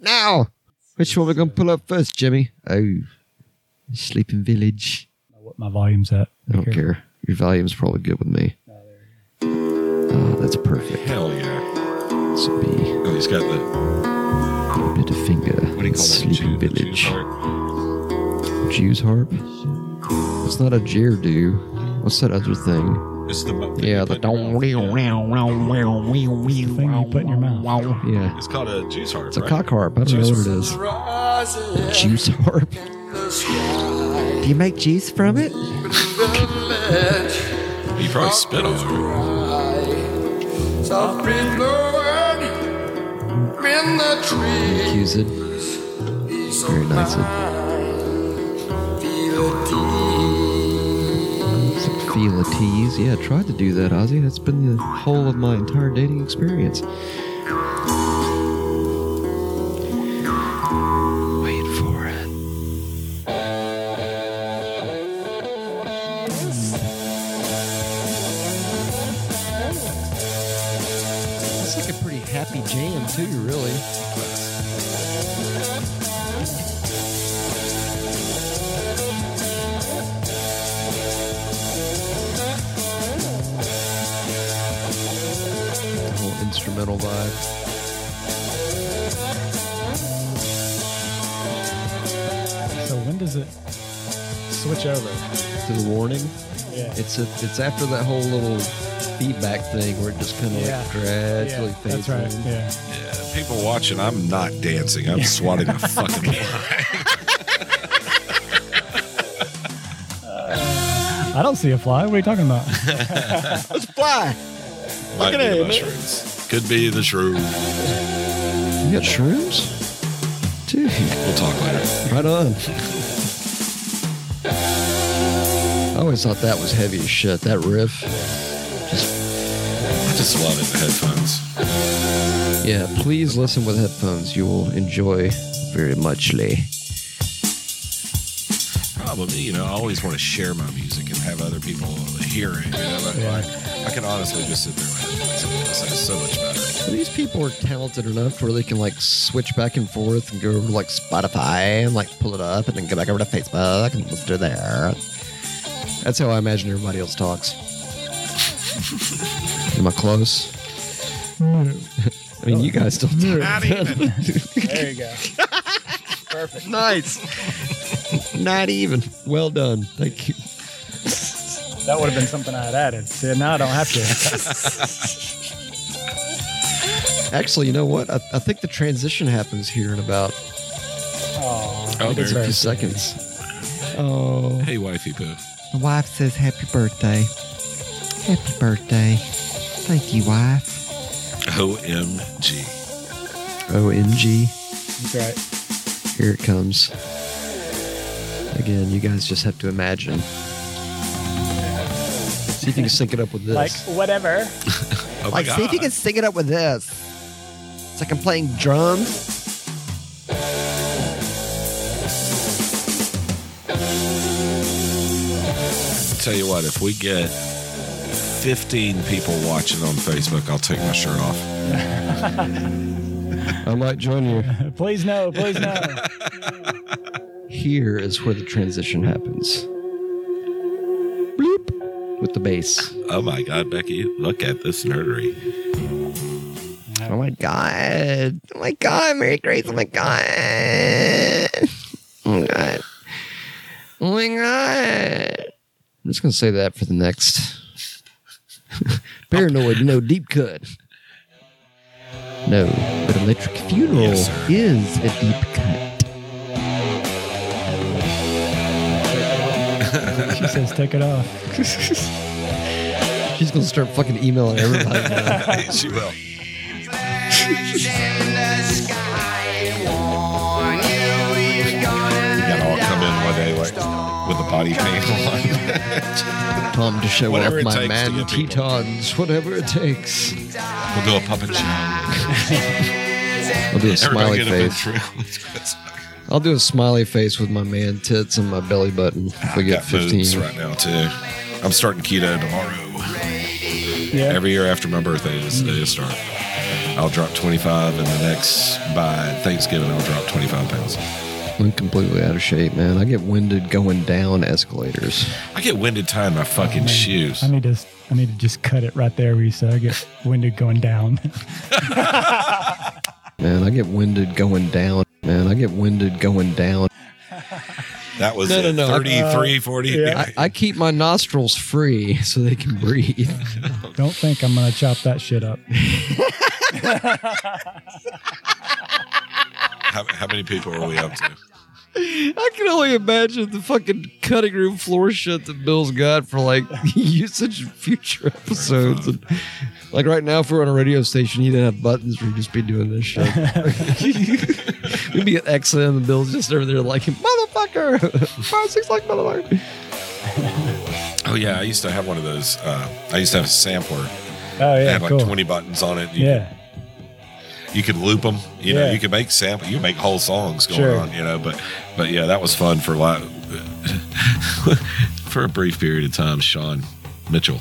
Speaker 1: now. Which one we gonna pull up first, Jimmy? Oh, Sleeping Village.
Speaker 3: I know What my volume's at?
Speaker 1: I don't care. Your volume's probably good with me. Oh, that's perfect.
Speaker 2: Hell yeah.
Speaker 1: This would be
Speaker 2: Oh, he's got the,
Speaker 1: a bit of finger.
Speaker 2: what do you call that?
Speaker 1: Sleeping
Speaker 2: Jew- the Jew
Speaker 1: Village.
Speaker 2: heart?
Speaker 1: Jew's harp. It's not a Jerdu. What's that other thing?
Speaker 2: It's the, mu-
Speaker 1: Yeah, the
Speaker 2: put in your mouth. Yeah.
Speaker 3: The thing you put in your mouth.
Speaker 1: Yeah,
Speaker 2: It's called a Jew's heart.
Speaker 1: it's a
Speaker 2: right?
Speaker 1: cock harp. I don't know what it is.
Speaker 5: Rises
Speaker 1: Juice harp.
Speaker 5: in the sky,
Speaker 1: Do you make juice from it?
Speaker 5: the
Speaker 2: You probably spit all over it.
Speaker 5: light, soft breeze blowing in the trees.
Speaker 1: Use it.
Speaker 5: Peace
Speaker 1: Very
Speaker 5: of
Speaker 1: nice.
Speaker 5: mind, feel a deep
Speaker 1: Some feel a tease. Yeah, I tried to do that, Ozzy. That's been the whole of my entire dating experience. Wait for it. That's like a pretty happy jam, too, really. The whole instrumental vibe.
Speaker 3: So when does it switch over?
Speaker 1: To the warning.
Speaker 3: Yeah.
Speaker 1: It's a, it's after that whole little feedback thing where it just kind of
Speaker 3: Yeah.
Speaker 1: like gradually fades.
Speaker 3: that's right.
Speaker 1: in.
Speaker 3: Yeah.
Speaker 2: Yeah, people watching, I'm not dancing. I'm swatting a fucking
Speaker 3: I don't see a fly. What are you talking about?
Speaker 2: Might be the mushrooms. Could be the shrooms.
Speaker 1: You got shrooms? Dude,
Speaker 2: We'll talk later.
Speaker 1: right on. I always thought that was heavy as shit. That riff.
Speaker 2: I just love it. The headphones.
Speaker 1: Yeah, please listen with headphones. You will enjoy very muchly.
Speaker 2: Probably, you know, I always want to share my music and have other people hear it. You know,
Speaker 3: Yeah.
Speaker 2: like, I can honestly just sit there with headphones and listen. It's so much better.
Speaker 1: These people are talented enough to where they can like switch back and forth and go over to like Spotify and like pull it up and then go back over to Facebook and listen to there. That's how I imagine everybody else talks. Am I close? I mean, you guys still talk.
Speaker 2: Not even.
Speaker 3: There you go. Perfect.
Speaker 1: Nice. Not even. Well done. Thank you.
Speaker 3: That would have been something I had added. See, now I don't have to.
Speaker 1: Actually, you know what? I, I think the transition happens here in about
Speaker 3: Oh,
Speaker 2: Oh, there.
Speaker 1: a few seconds. Oh.
Speaker 2: Hey, wifey poo.
Speaker 6: My wife says happy birthday. Happy birthday. Thank you, wife.
Speaker 2: OMG.
Speaker 1: OMG.
Speaker 3: That's right.
Speaker 1: Here it comes. Again, you guys just have to imagine. See if you can sync it up with this.
Speaker 3: Like whatever.
Speaker 2: Oh, my
Speaker 1: Like, see if you
Speaker 2: God.
Speaker 1: can sync it up with this. It's like I'm playing drums.
Speaker 2: Tell you what, if we get 15 people watching on Facebook, I'll take my shirt off.
Speaker 1: I might join you.
Speaker 3: Please no. Please no.
Speaker 1: Here is where the transition happens. Bloop with the bass.
Speaker 2: Oh my God, Becky, look at this nerdery.
Speaker 1: Oh my god. Oh my god, Mary Grace. Oh my god. Oh my god. Oh my god. I'm just gonna say that for the next Paranoid, no deep cut. No, but Electric Funeral
Speaker 2: Yes, sir.
Speaker 1: is a deep cut.
Speaker 3: She says, take it off.
Speaker 1: She's gonna start fucking emailing everybody. now.
Speaker 2: she will. You gotta all come in one day, like with a body paint on.
Speaker 1: Tom to show
Speaker 2: Whatever
Speaker 1: off
Speaker 2: it
Speaker 1: my
Speaker 2: takes to
Speaker 1: man
Speaker 2: get people.
Speaker 1: Tetons, whatever it takes.
Speaker 2: we'll do a puppet show.
Speaker 1: I'll do a
Speaker 2: Everybody
Speaker 1: smiley
Speaker 2: get a
Speaker 1: face.
Speaker 2: picture. That's-
Speaker 1: I'll do a smiley face with my man tits and my belly button. If we
Speaker 2: I
Speaker 1: get
Speaker 2: got boobs
Speaker 1: fifteen.
Speaker 2: right now too. I'm starting keto tomorrow.
Speaker 3: Yeah.
Speaker 2: Every year after my birthday
Speaker 1: Mm.
Speaker 2: is the day I start. I'll drop 25, and the next by Thanksgiving I'll drop 25 pounds.
Speaker 1: I'm completely out of shape, man. I get winded going down escalators.
Speaker 2: I get winded tying my
Speaker 1: Oh,
Speaker 2: fucking shoes.
Speaker 3: I need to. I need to just cut it right there where you said I get winded going down.
Speaker 1: Man, I get winded going down. Man, I get winded going down.
Speaker 2: That was
Speaker 1: No,
Speaker 2: it.
Speaker 1: no, no.
Speaker 2: 33, 40.
Speaker 3: yeah.
Speaker 1: I keep my nostrils free so they can breathe.
Speaker 3: Don't think I'm gonna chop that shit up.
Speaker 2: How, how many people are we up to?
Speaker 1: I can only imagine the fucking cutting room floor shit that Bill's got for like usage in future episodes. And, like right now, if we were on a radio station, he'd have buttons. We'd just be doing this shit. We'd be at XM, and Bill's just over there like, "Motherfucker, five six like motherfucker."
Speaker 2: Oh, yeah. I used to have one of those. Uh, I used to have a sampler.
Speaker 3: Oh
Speaker 2: It
Speaker 3: yeah,
Speaker 2: had like
Speaker 3: cool.
Speaker 2: 20 buttons on it. You,
Speaker 3: yeah,
Speaker 2: could, you could loop them. You know,
Speaker 3: Yeah.
Speaker 2: you could make sample. You could make whole songs going
Speaker 3: Sure.
Speaker 2: on, you know. But, but yeah, that was fun for a lot. for a brief period of time, Sean Mitchell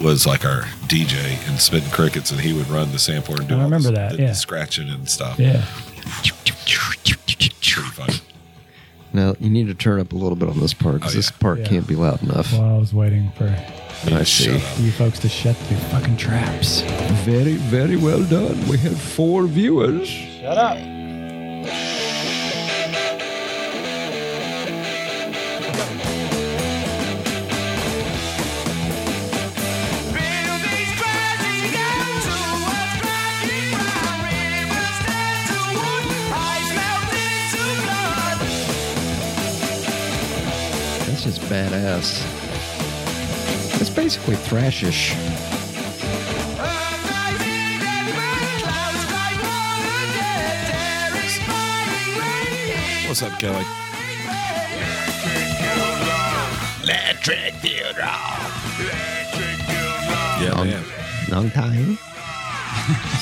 Speaker 2: was like our DJ and spitting crickets, and he would run the sampler and do
Speaker 3: I
Speaker 2: all
Speaker 3: remember
Speaker 2: this-
Speaker 3: that,
Speaker 2: the
Speaker 3: yeah.
Speaker 2: scratching and stuff.
Speaker 3: yeah.
Speaker 2: Pretty fun.
Speaker 1: Now you need to turn up a little bit on this part because
Speaker 2: Oh,
Speaker 1: this
Speaker 2: yeah.
Speaker 1: part
Speaker 3: Yeah.
Speaker 1: can't be loud enough.
Speaker 3: Well, I was waiting for
Speaker 1: I
Speaker 2: Shut
Speaker 1: see.
Speaker 2: up.
Speaker 3: you folks to shut your fucking traps.
Speaker 1: Very, very well done. We have four viewers.
Speaker 3: Shut up.
Speaker 1: That's just badass. It's basically thrashish.
Speaker 2: What's up, Kelly? Yeah, man.
Speaker 6: Long time.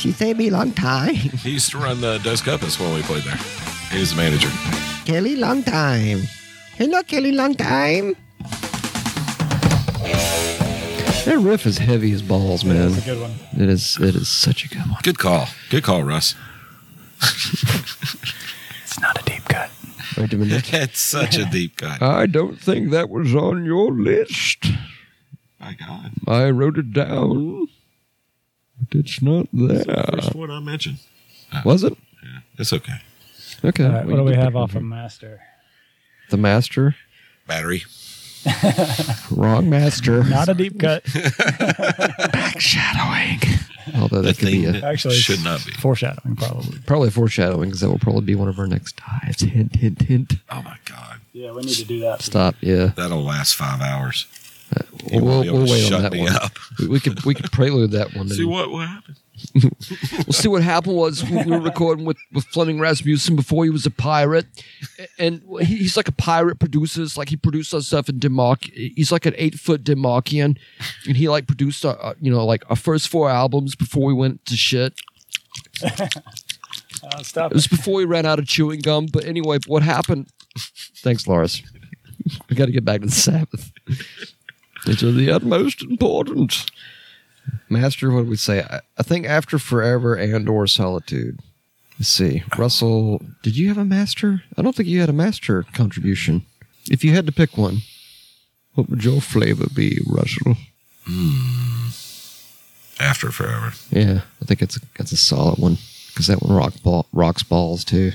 Speaker 6: she say me long time.
Speaker 2: He used to run the Dos Cuppas when we played there. He was the manager.
Speaker 6: Kelly, long time. Hello, Kelly, long time.
Speaker 1: That riff is heavy as balls, man.
Speaker 3: That's a good one.
Speaker 1: It is. It is such a good one.
Speaker 2: Good call. Good call, Russ.
Speaker 3: It's not a deep cut.
Speaker 1: Wait a minute.
Speaker 2: That's such a deep cut.
Speaker 1: I don't think that was on your list.
Speaker 2: My God.
Speaker 1: I wrote it down. But it's not there.
Speaker 2: First one I mentioned.
Speaker 1: Was it?
Speaker 2: It's okay.
Speaker 1: Okay.
Speaker 3: All right, what do
Speaker 1: you
Speaker 3: we
Speaker 1: get
Speaker 3: have
Speaker 1: the-
Speaker 3: off of Master?
Speaker 1: The master.
Speaker 2: Battery.
Speaker 1: Wrong master.
Speaker 3: Not a deep cut.
Speaker 1: shadowing. Although
Speaker 2: The
Speaker 1: that could be
Speaker 2: thing
Speaker 1: a,
Speaker 2: that
Speaker 3: Actually,
Speaker 2: should
Speaker 3: it's
Speaker 2: not be.
Speaker 3: foreshadowing probably.
Speaker 1: probably foreshadowing because that will probably be one of our next dives. Hint, hint, hint.
Speaker 2: Oh my God.
Speaker 3: Yeah, we need to do that.
Speaker 1: Stop. Yeah.
Speaker 2: That'll last five hours. You
Speaker 1: We'll,
Speaker 2: won't be
Speaker 1: we'll,
Speaker 2: able to
Speaker 1: wait
Speaker 2: shut
Speaker 1: on that
Speaker 2: me
Speaker 1: one.
Speaker 2: up.
Speaker 1: We, we could we could prelude that one.
Speaker 2: See
Speaker 1: and-
Speaker 2: what what happened?
Speaker 1: Well, see what happened was we were recording with, with Fleming Rasmussen before he was a pirate, and he, he's like a pirate producer. It's like he produced our stuff in Demark. He's like an eight foot Demarkian, and he like produced our uh, you know like our first four albums before we went to shit.
Speaker 3: Uh, stop.
Speaker 1: It was before we ran out of chewing gum. But anyway, what happened? Thanks, Loris. we got to get back to the Sabbath. It's of the utmost importance. Master, what do we say? I, I think after forever and or solitude. Let's see. Russell, did you have a master? I don't think you had a master contribution. If you had to pick one, what would your flavor be, Russell?
Speaker 2: After forever.
Speaker 1: Yeah, I think it's a, that's a solid one because that one rock ball, rocks balls too.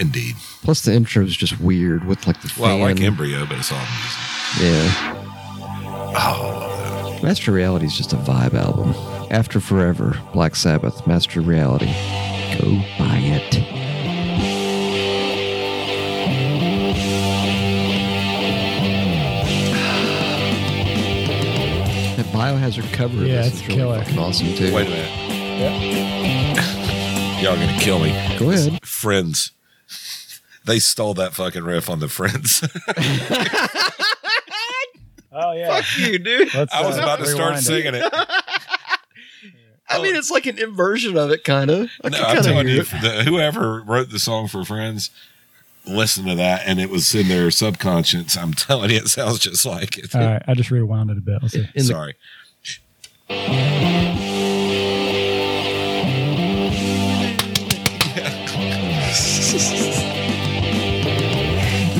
Speaker 2: Indeed.
Speaker 1: Plus, the intro is just weird with like the
Speaker 2: Well, I like Oh,
Speaker 1: fan.
Speaker 2: embryo, but it's all music.
Speaker 1: Yeah. Master Reality is just a vibe album. After Forever, Black Sabbath, Master Reality. Go buy it. Biohazard cover. of
Speaker 3: Yeah,
Speaker 1: this
Speaker 3: it's
Speaker 1: is really
Speaker 3: killer.
Speaker 1: fucking awesome too.
Speaker 2: Wait a minute. Y'all gonna kill me.
Speaker 1: Go ahead.
Speaker 2: Friends. They stole that fucking riff on the Friends.
Speaker 3: Oh yeah.
Speaker 1: you, dude.
Speaker 3: Let's,
Speaker 2: I was
Speaker 3: uh,
Speaker 2: about to start
Speaker 3: rewind it.
Speaker 2: singing it.
Speaker 1: I mean, it's like an inversion of it, kind of. I
Speaker 2: Oh. No,
Speaker 1: can
Speaker 2: I'm
Speaker 1: kinda
Speaker 2: telling
Speaker 1: hear
Speaker 2: you,
Speaker 1: it.
Speaker 2: the, whoever wrote the song for Friends, listen to that, and it was in their subconscious. I'm telling you, it sounds just like it.
Speaker 3: All right, I just rewound it a bit. Let's see.
Speaker 1: In the-
Speaker 2: Sorry.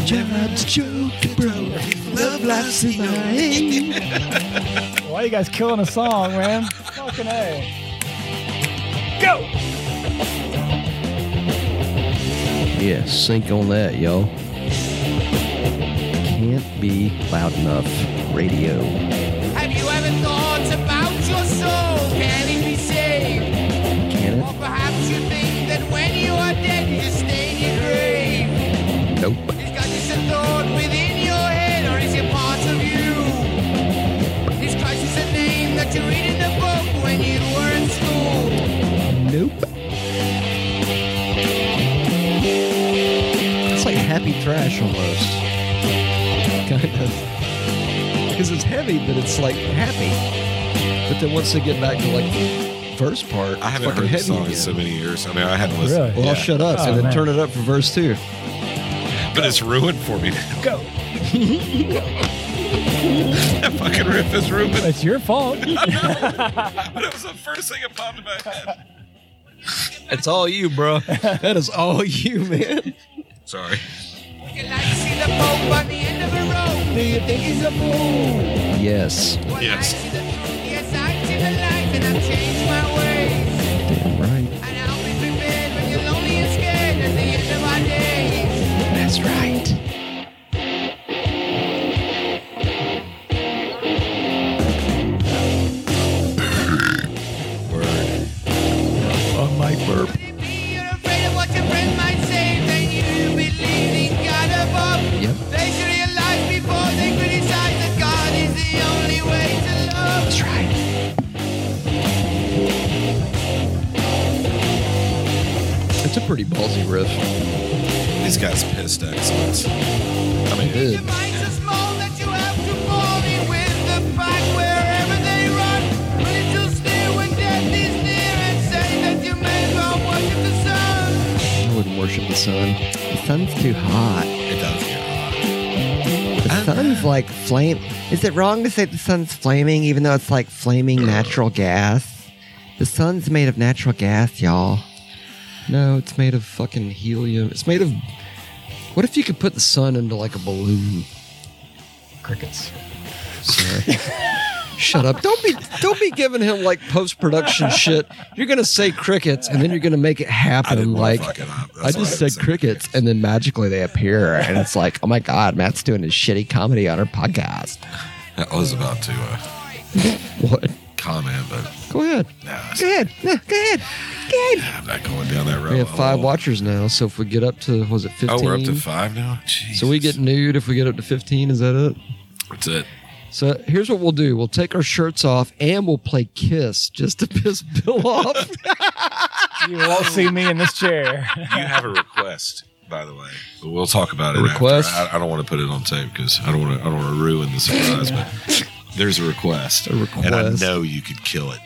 Speaker 1: Job's joke, bro. Love life's in my hand.
Speaker 3: Why are you guys killing a song, man? Fucking a. Go.
Speaker 1: Yeah, sync on that, y'all. Can't be loud enough. Radio.
Speaker 7: Have you ever thought about your soul? Can it be saved?
Speaker 1: Can
Speaker 7: Or perhaps you think that when you are dead, you stay in your grave.
Speaker 1: it? Nope.
Speaker 7: Is Christ a thought within your head, or is it part of you? Is Christ a name that you read in the book when you were in school?
Speaker 1: Nope. It's like happy trash almost. Kind of. Because it's heavy, but it's like happy. But then once they get back to like the verse part,
Speaker 2: I
Speaker 1: it's
Speaker 2: haven't
Speaker 1: fucking heavy
Speaker 2: heard this song in
Speaker 1: again.
Speaker 2: so many years. I mean, I hadn't listened.
Speaker 3: Really?
Speaker 1: well, I'll
Speaker 2: Yeah.
Speaker 1: shut up
Speaker 3: Oh,
Speaker 1: and then
Speaker 3: man.
Speaker 1: turn it up for verse two.
Speaker 2: But it's ruined for me. now.
Speaker 3: Go.
Speaker 2: that fucking riff is ruined.
Speaker 3: It's your fault.
Speaker 2: But it was the first thing that popped in my head.
Speaker 1: It's all you, bro. that is all you, man.
Speaker 2: Sorry.
Speaker 7: Can I see the Pope on the end of a rope? Do you think he's a fool?
Speaker 1: Yes.
Speaker 7: Well,
Speaker 2: Yes.
Speaker 7: I see the truth, yes, I see the light, and I've changed my ways.
Speaker 1: Damn right.
Speaker 7: And I'll be prepared when you're lonely and scared at the end of our days.
Speaker 1: That's right.
Speaker 7: Could it be you're afraid of what your friend might say? Then you believe in God above.
Speaker 1: Yep.
Speaker 7: They should realize before they criticize that God is the only way to love. That's right.
Speaker 1: It's a pretty ballsy riff.
Speaker 2: These guys pissed excellence. I mean,
Speaker 1: It
Speaker 7: Your minds are small that you have to fall in with the pack wherever they run. But it will stay when death is near and say that you may well worship the sun.
Speaker 1: I wouldn't worship the sun. The sun's too hot.
Speaker 2: it does get hot.
Speaker 1: Uh,
Speaker 6: The sun's like flame. Is it wrong to say the sun's flaming, even though it's like flaming natural gas? The sun's made of natural gas, y'all.
Speaker 1: No, it's made of fucking helium. It's made of. What if you could put the sun into like a balloon?
Speaker 3: Crickets.
Speaker 1: Sorry. Shut up! Don't be don't be giving him like post production shit. You're gonna say crickets, and then you're gonna make it
Speaker 2: I
Speaker 1: happen.
Speaker 2: didn't
Speaker 1: like
Speaker 2: like, fuck it up.
Speaker 1: I just said crickets, and then magically they appear, and it's like, oh my god, Matt's doing his shitty comedy on our podcast.
Speaker 2: I was about to uh,
Speaker 1: What?
Speaker 2: comment, but
Speaker 1: Go ahead.
Speaker 2: nah,
Speaker 1: Go ahead. No, go ahead. Go ahead.
Speaker 2: I'm not going down that road.
Speaker 1: We have five
Speaker 2: Oh.
Speaker 1: watchers now, so if we get up to what was it fifteen?
Speaker 2: Oh, we're up to five now. Jesus.
Speaker 1: So we get nude if we get up to 15. Is that it?
Speaker 2: That's it.
Speaker 1: So here's what we'll do we'll take our shirts off and we'll play Kiss just to piss Bill off.
Speaker 3: You won't see me in this chair.
Speaker 2: You have a request, by the way. But we'll talk about it.
Speaker 1: A request?
Speaker 2: After. I, I don't want to put it on tape because I don't want to. I don't want to ruin the surprise. But there's a request.
Speaker 1: A request.
Speaker 2: And I know you could kill it.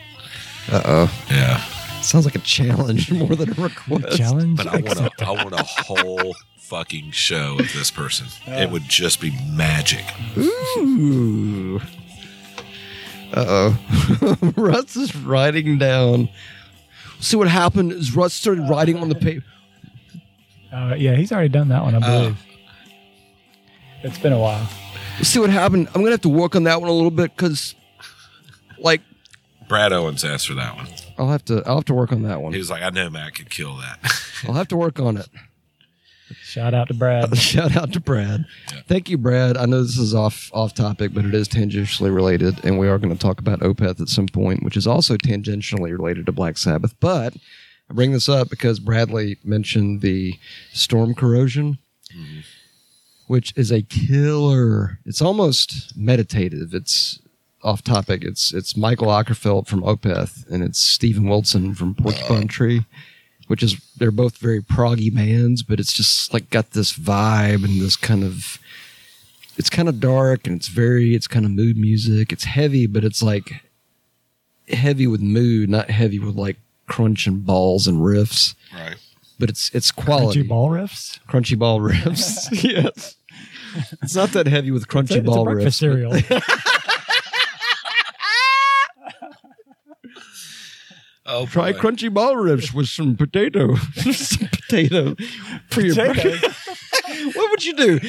Speaker 1: Uh oh.
Speaker 2: Yeah.
Speaker 1: Sounds like a challenge more than a request.
Speaker 3: Challenge.
Speaker 2: But I want a, I want a whole fucking show of this person. It would just be magic.
Speaker 1: Ooh. Uh oh. Russ is writing down. See what happened is Russ started writing on the paper.
Speaker 3: Uh, yeah, he's already done that one, I believe. it's been a while.
Speaker 1: See what happened. I'm going to have to work on that one a little bit because, like,
Speaker 2: Brad Owens asked for that one.
Speaker 1: I'll have to I'll have to work on that
Speaker 2: He
Speaker 1: one.
Speaker 2: was like, I know Matt could kill that.
Speaker 1: I'll have to work on it.
Speaker 3: Shout out to Brad.
Speaker 1: Shout out to Brad.
Speaker 2: Yeah.
Speaker 1: Thank you, Brad. I know this is off off topic, but it is tangentially related, and we are going to talk about Opeth at some point, which is also tangentially related to Black Sabbath. But I bring this up because Bradley mentioned the storm corrosion, which is a killer. It's almost meditative. It's off topic. It's it's Michael Ockerfeld from Opeth and it's Stephen Wilson from Porcupine Tree, which is they're both very proggy bands, but it's just like got this vibe and this kind of it's kind of dark and it's very it's kind of mood music. It's heavy, but it's like heavy with mood, not heavy with like crunch and balls and riffs.
Speaker 2: Right.
Speaker 1: But it's it's
Speaker 3: Aren't
Speaker 1: quality
Speaker 3: you ball riffs?
Speaker 1: crunchy ball riffs. yes. It's not that heavy with crunchy
Speaker 3: It's a, it's a
Speaker 1: ball
Speaker 3: breakfast
Speaker 1: riffs.
Speaker 3: cereal.
Speaker 2: Oh,
Speaker 1: Try
Speaker 2: boy.
Speaker 1: crunchy ball riffs with some potato. some potato for your
Speaker 3: Potato?
Speaker 1: breakfast. what would you do?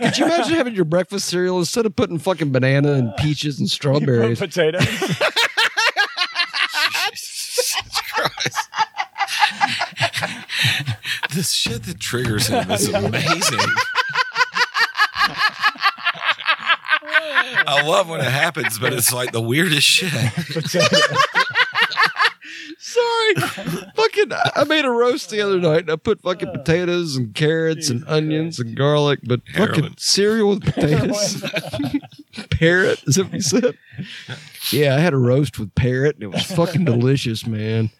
Speaker 1: Could you imagine having your breakfast cereal instead of putting fucking banana and peaches and strawberries?
Speaker 3: potatoes.
Speaker 2: This shit that triggers him is amazing. I love when it happens, but it's like the weirdest shit.
Speaker 3: potatoes.
Speaker 1: Sorry, fucking. I I made a roast the other night and I put fucking potatoes and carrots and onions and garlic, but fucking
Speaker 2: Heroin.
Speaker 1: cereal with potatoes. parrot is that what you said? Yeah, I had a roast with parrot and it was fucking delicious, man.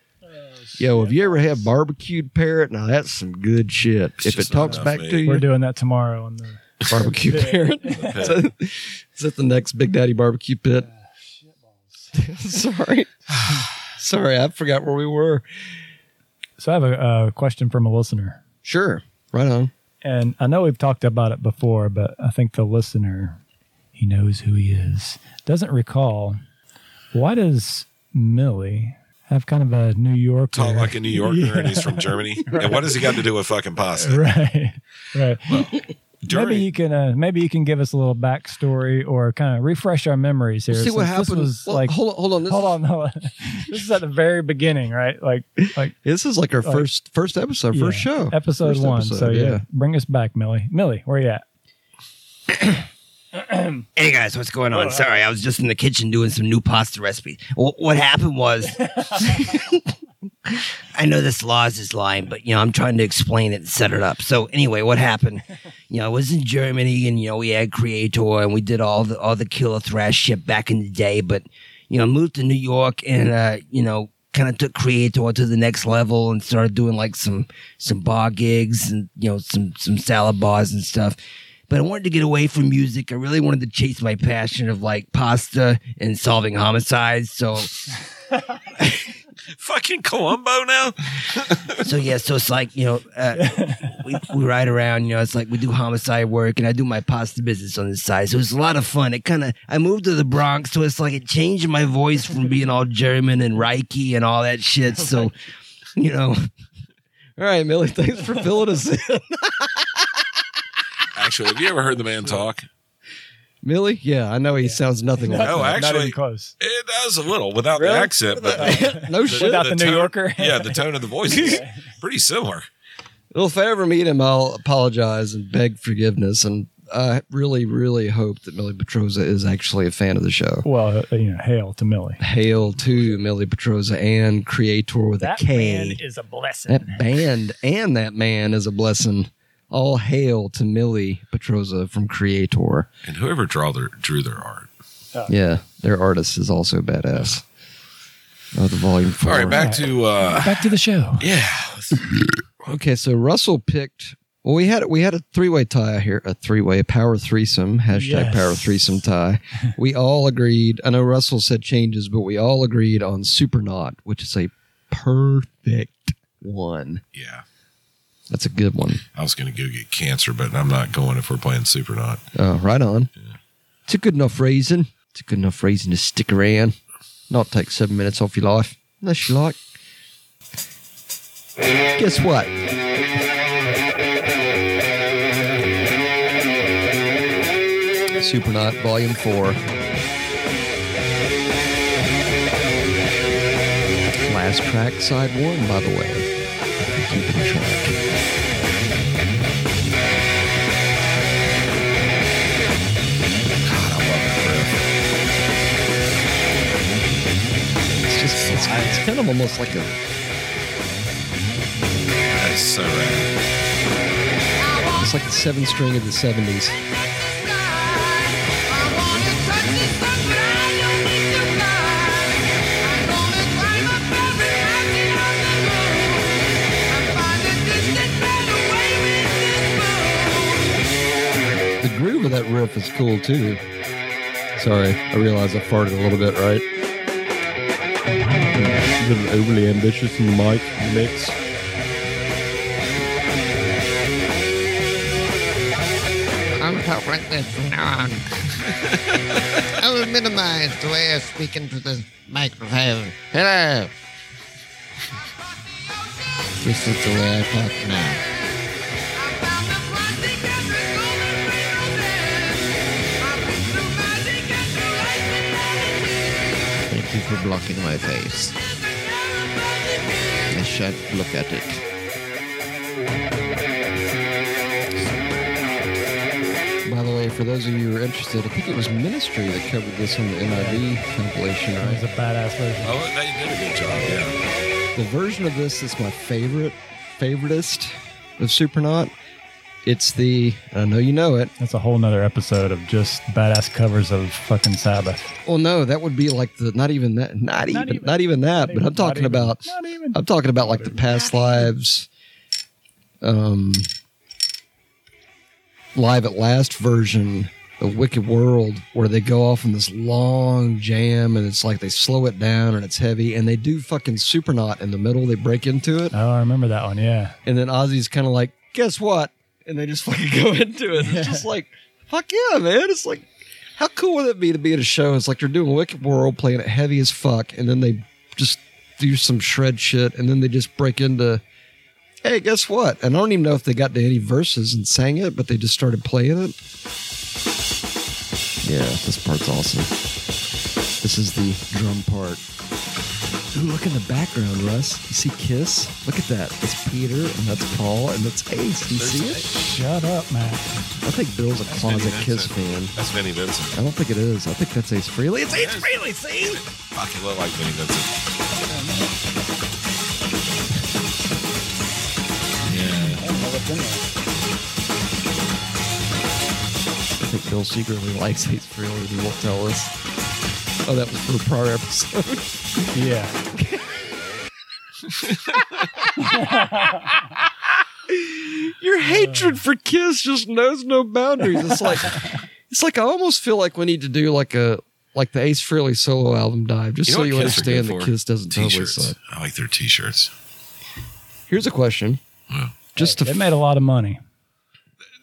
Speaker 1: Yo, have you ever had barbecued parrot? Now that's some good shit.
Speaker 2: It's
Speaker 1: if it
Speaker 2: just not
Speaker 1: talks
Speaker 2: enough
Speaker 1: back
Speaker 2: meat.
Speaker 1: to
Speaker 3: We're
Speaker 1: you,
Speaker 3: doing that tomorrow on the
Speaker 1: barbecue parrot. is, that- is that the next Big Daddy barbecue pit? Sorry. Sorry, I forgot where we were.
Speaker 3: So I have a uh, question from a listener,
Speaker 1: Sure. Right on.
Speaker 3: and I know we've talked about it before, but I think the listener he knows who he is doesn't recall. Why does Millie have kind of a New York
Speaker 2: Talk like a New Yorker and he's from Germany. And what does he got to do with fucking pasta?
Speaker 3: right, right?
Speaker 2: During-
Speaker 3: maybe you can uh, maybe you can give us a little backstory or kind of refresh our memories here.
Speaker 1: see what
Speaker 3: since this
Speaker 1: happened.
Speaker 3: was
Speaker 1: Well,
Speaker 3: like
Speaker 1: hold on, hold on. This,
Speaker 3: hold on, hold on. this is at the very beginning, right? Like like
Speaker 1: This is like our
Speaker 3: Like-
Speaker 1: first first episode, first
Speaker 3: Yeah.
Speaker 1: show,
Speaker 3: episode
Speaker 1: First
Speaker 3: one. so
Speaker 1: episode,
Speaker 3: yeah. bring us back, Millie. Millie, where you at?
Speaker 6: Hey guys, what's going on? Sorry, I was just in the kitchen doing some new pasta recipes. Wh- what happened was, I know this laws is lying, but you know I'm trying to explain it and set it up. So anyway, what happened? You know, I was in Germany, and you know we had Creator, and we did all the all the Killer Thrash shit back in the day. But you know, I moved to New York, and uh, you know, kind of took Creator to the next level, and started doing like some some bar gigs, and you know, some some salad bars and stuff but I wanted to get away from music. I really wanted to chase my passion of like pasta and solving homicides. So,
Speaker 2: fucking Columbo now?
Speaker 6: so yeah, so it's like, you know, uh, we, we ride around, you know, it's like we do homicide work and I do my pasta business on the side. So it's a lot of fun. It kind of, I moved to the Bronx. So it's like it changed my voice from being all German and Reiki and all that shit. So, you know,
Speaker 1: All right, Millie. Thanks for filling us in,
Speaker 2: Actually, have you ever heard the man talk?
Speaker 1: Millie. Yeah, I know he sounds nothing like.
Speaker 2: No,
Speaker 3: not even
Speaker 2: Oh, actually,
Speaker 3: close.
Speaker 2: it does a little without the accent, but the,
Speaker 1: No shit.
Speaker 3: Without the New
Speaker 2: tone-
Speaker 3: Yorker.
Speaker 2: yeah, the tone of the voice is pretty similar.
Speaker 1: Well, if I ever meet him, I'll apologize and beg forgiveness. And I really, really hope that Millie Petroza is actually a fan of the show.
Speaker 3: Well, uh, you know, hail to Millie.
Speaker 1: Hail to Millie Petroza and Creator with a K.
Speaker 3: is a blessing.
Speaker 1: That band and that man is a blessing. All hail to Millie Petroza from Creator.
Speaker 2: And whoever draw their, drew their art.
Speaker 1: Yeah, their artist is also badass. Oh, the volume
Speaker 2: All
Speaker 1: four.
Speaker 2: right, back to uh,
Speaker 3: Back to the show.
Speaker 2: yeah.
Speaker 1: Okay, so Russell picked. Well, we had we had a three way tie here, a three way power threesome hashtag
Speaker 3: Yes.
Speaker 1: power threesome tie. We all agreed. I know Russell said changes, but we all agreed on Supernaut, which is a perfect one.
Speaker 2: Yeah,
Speaker 1: That's a good one.
Speaker 2: I was gonna go get cancer, but I'm not going if we're playing Super Not.
Speaker 1: Oh, right on. It's a good enough reason. It's a good enough reason to stick around, not take seven minutes off your life, unless you like. Guess what? Supernaut Volume 4. Last track, side one, by the way. Keeping track. It's just, it's, it's kind of almost like a
Speaker 2: That's so rad.
Speaker 1: It's like the seven string of the 70s.
Speaker 7: I wanna touch the sun, but I don't
Speaker 1: stuff is cool too. Sorry, I realize I farted a little bit, right? A little overly ambitious in the mic mix.
Speaker 8: I'm talking like this from now on. I will minimize the way I speak into this microphone. Hello. This is the way I talk now. Thank you for blocking my face. I shan't look at it.
Speaker 1: By the way, for those of you who are interested, I think it was Ministry that covered this on the NIV compilation,
Speaker 3: That was
Speaker 1: right?
Speaker 3: a badass version.
Speaker 2: Oh, they did a good job. Yeah.
Speaker 1: The version of this that's my favorite, favoritist of Supernaut. It's the I know you know it.
Speaker 3: That's a whole nother episode of just badass covers of fucking Sabbath.
Speaker 1: Well, no, that would be like the not even that, not, even,
Speaker 3: even.
Speaker 1: not even that.
Speaker 3: Not
Speaker 1: but
Speaker 3: even,
Speaker 1: I'm talking
Speaker 3: not even,
Speaker 1: about,
Speaker 3: not even.
Speaker 1: I'm talking about like the past lives, um, live at last version of Wicked World, where they go off on this long jam, and it's like they slow it down, and it's heavy, and they do fucking Supernaut in the middle. They break into it,
Speaker 3: Oh, I remember that one. Yeah.
Speaker 1: and then Ozzy's kind of like, guess what? And they just fucking go into it. It's just like, fuck yeah, man. It's like, how cool would it be to be at a show? It's like they're doing Wicked World, playing it heavy as fuck, and then they just do some shred shit, and then they just break into, hey, guess what? And I don't even know if they got to any verses and sang it, but they just started playing it. Yeah, this part's awesome. This is the drum part. Ooh, look in the background, Russ. You see Kiss? Look at that. That's Peter, and that's Paul, and that's Ace. Do you see it?
Speaker 3: Shut up, Matt.
Speaker 1: I think Bill's a closet
Speaker 2: Vinnie
Speaker 1: Kiss
Speaker 2: Vincent.
Speaker 1: fan.
Speaker 2: That's Vinnie Vincent.
Speaker 1: I don't think it is. I think that's Ace Frehley. It's Ace Frehley, see?
Speaker 2: Fuck, he looked like Vinnie Vincent. Yeah.
Speaker 1: I think Bill secretly likes Ace Frehley. He won't tell us. Oh, that was for a prior episode.
Speaker 3: Yeah.
Speaker 1: Your hatred for Kiss just knows no boundaries. It's like, it's like I almost feel like we need to do like a like the Ace Frehley solo album dive, just so
Speaker 2: what
Speaker 1: you
Speaker 2: Kiss are good
Speaker 1: understand that
Speaker 2: for?
Speaker 1: Kiss doesn't totally
Speaker 2: T-shirts.
Speaker 1: suck.
Speaker 2: I like their T-shirts.
Speaker 1: Here's a question.
Speaker 2: Yeah.
Speaker 1: Just to
Speaker 3: It made a lot of money.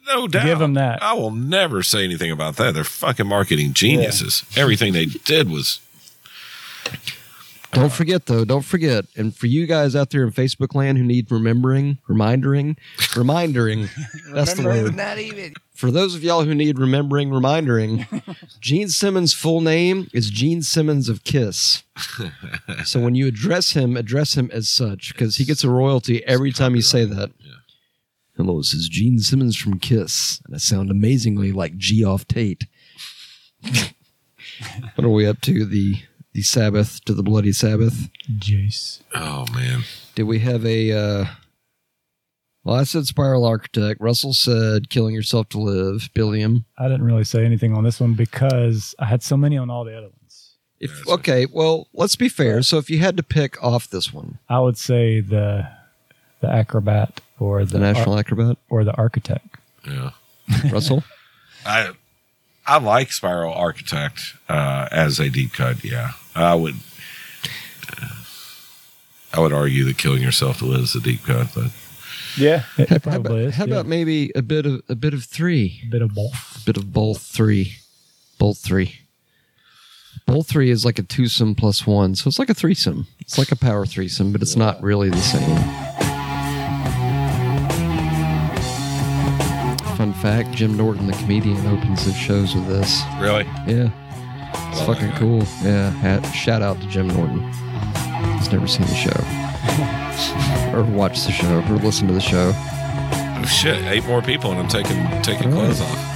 Speaker 2: No doubt.
Speaker 3: Give 'em that.
Speaker 2: I will never say anything about that. They're fucking marketing geniuses. Everything they did was
Speaker 6: Uh,
Speaker 1: Don't forget though, don't forget. And for you guys out there in Facebook land who need remembering, remindering, remindering, that's the word.
Speaker 6: Not even.
Speaker 1: For those of y'all who need remembering, remindering, Gene Simmons' full name is Gene Simmons of Kiss. so when you address him, address him as such because he gets a royalty every time you say that. Hello, this is Gene Simmons from Kiss, and I sound amazingly like G off Tate. what are we up to? The the Sabbath to the bloody Sabbath.
Speaker 3: Jace.
Speaker 2: oh man.
Speaker 1: Did we have a? Uh, well, I said Spiral Architect. Russell said Killing Yourself to Live. Billiam.
Speaker 3: I didn't really say anything on this one because I had so many on all the other ones.
Speaker 1: If
Speaker 2: that's what-
Speaker 1: okay, well, let's be fair. So if you had to pick off this one,
Speaker 3: I would say the the acrobat or the,
Speaker 1: the National Acrobat,
Speaker 3: or the architect.
Speaker 2: Yeah.
Speaker 1: Russell.
Speaker 2: I I like Spiral Architect uh, as a deep cut. Yeah, I would. uh, I would argue that killing yourself to live is a deep cut, but
Speaker 3: Yeah, it, it
Speaker 1: How about,
Speaker 3: probably is.
Speaker 1: how
Speaker 3: yeah.
Speaker 1: about maybe a bit of a bit of three,
Speaker 3: bit of both?
Speaker 1: a bit of both three, both three. Both three is like a twosome plus one, so it's like a threesome. It's like a power threesome, but it's not really the same. Fun fact: Jim Norton, the comedian, opens his shows with this.
Speaker 2: really,
Speaker 1: Yeah. It's
Speaker 2: Oh,
Speaker 1: fucking
Speaker 2: okay.
Speaker 1: cool. Yeah. ha- shout out to Jim Norton. He's never seen the show, or watched the show, or listened to the show.
Speaker 2: oh shit, eight more people, and I'm taking taking
Speaker 1: Really?
Speaker 2: clothes off.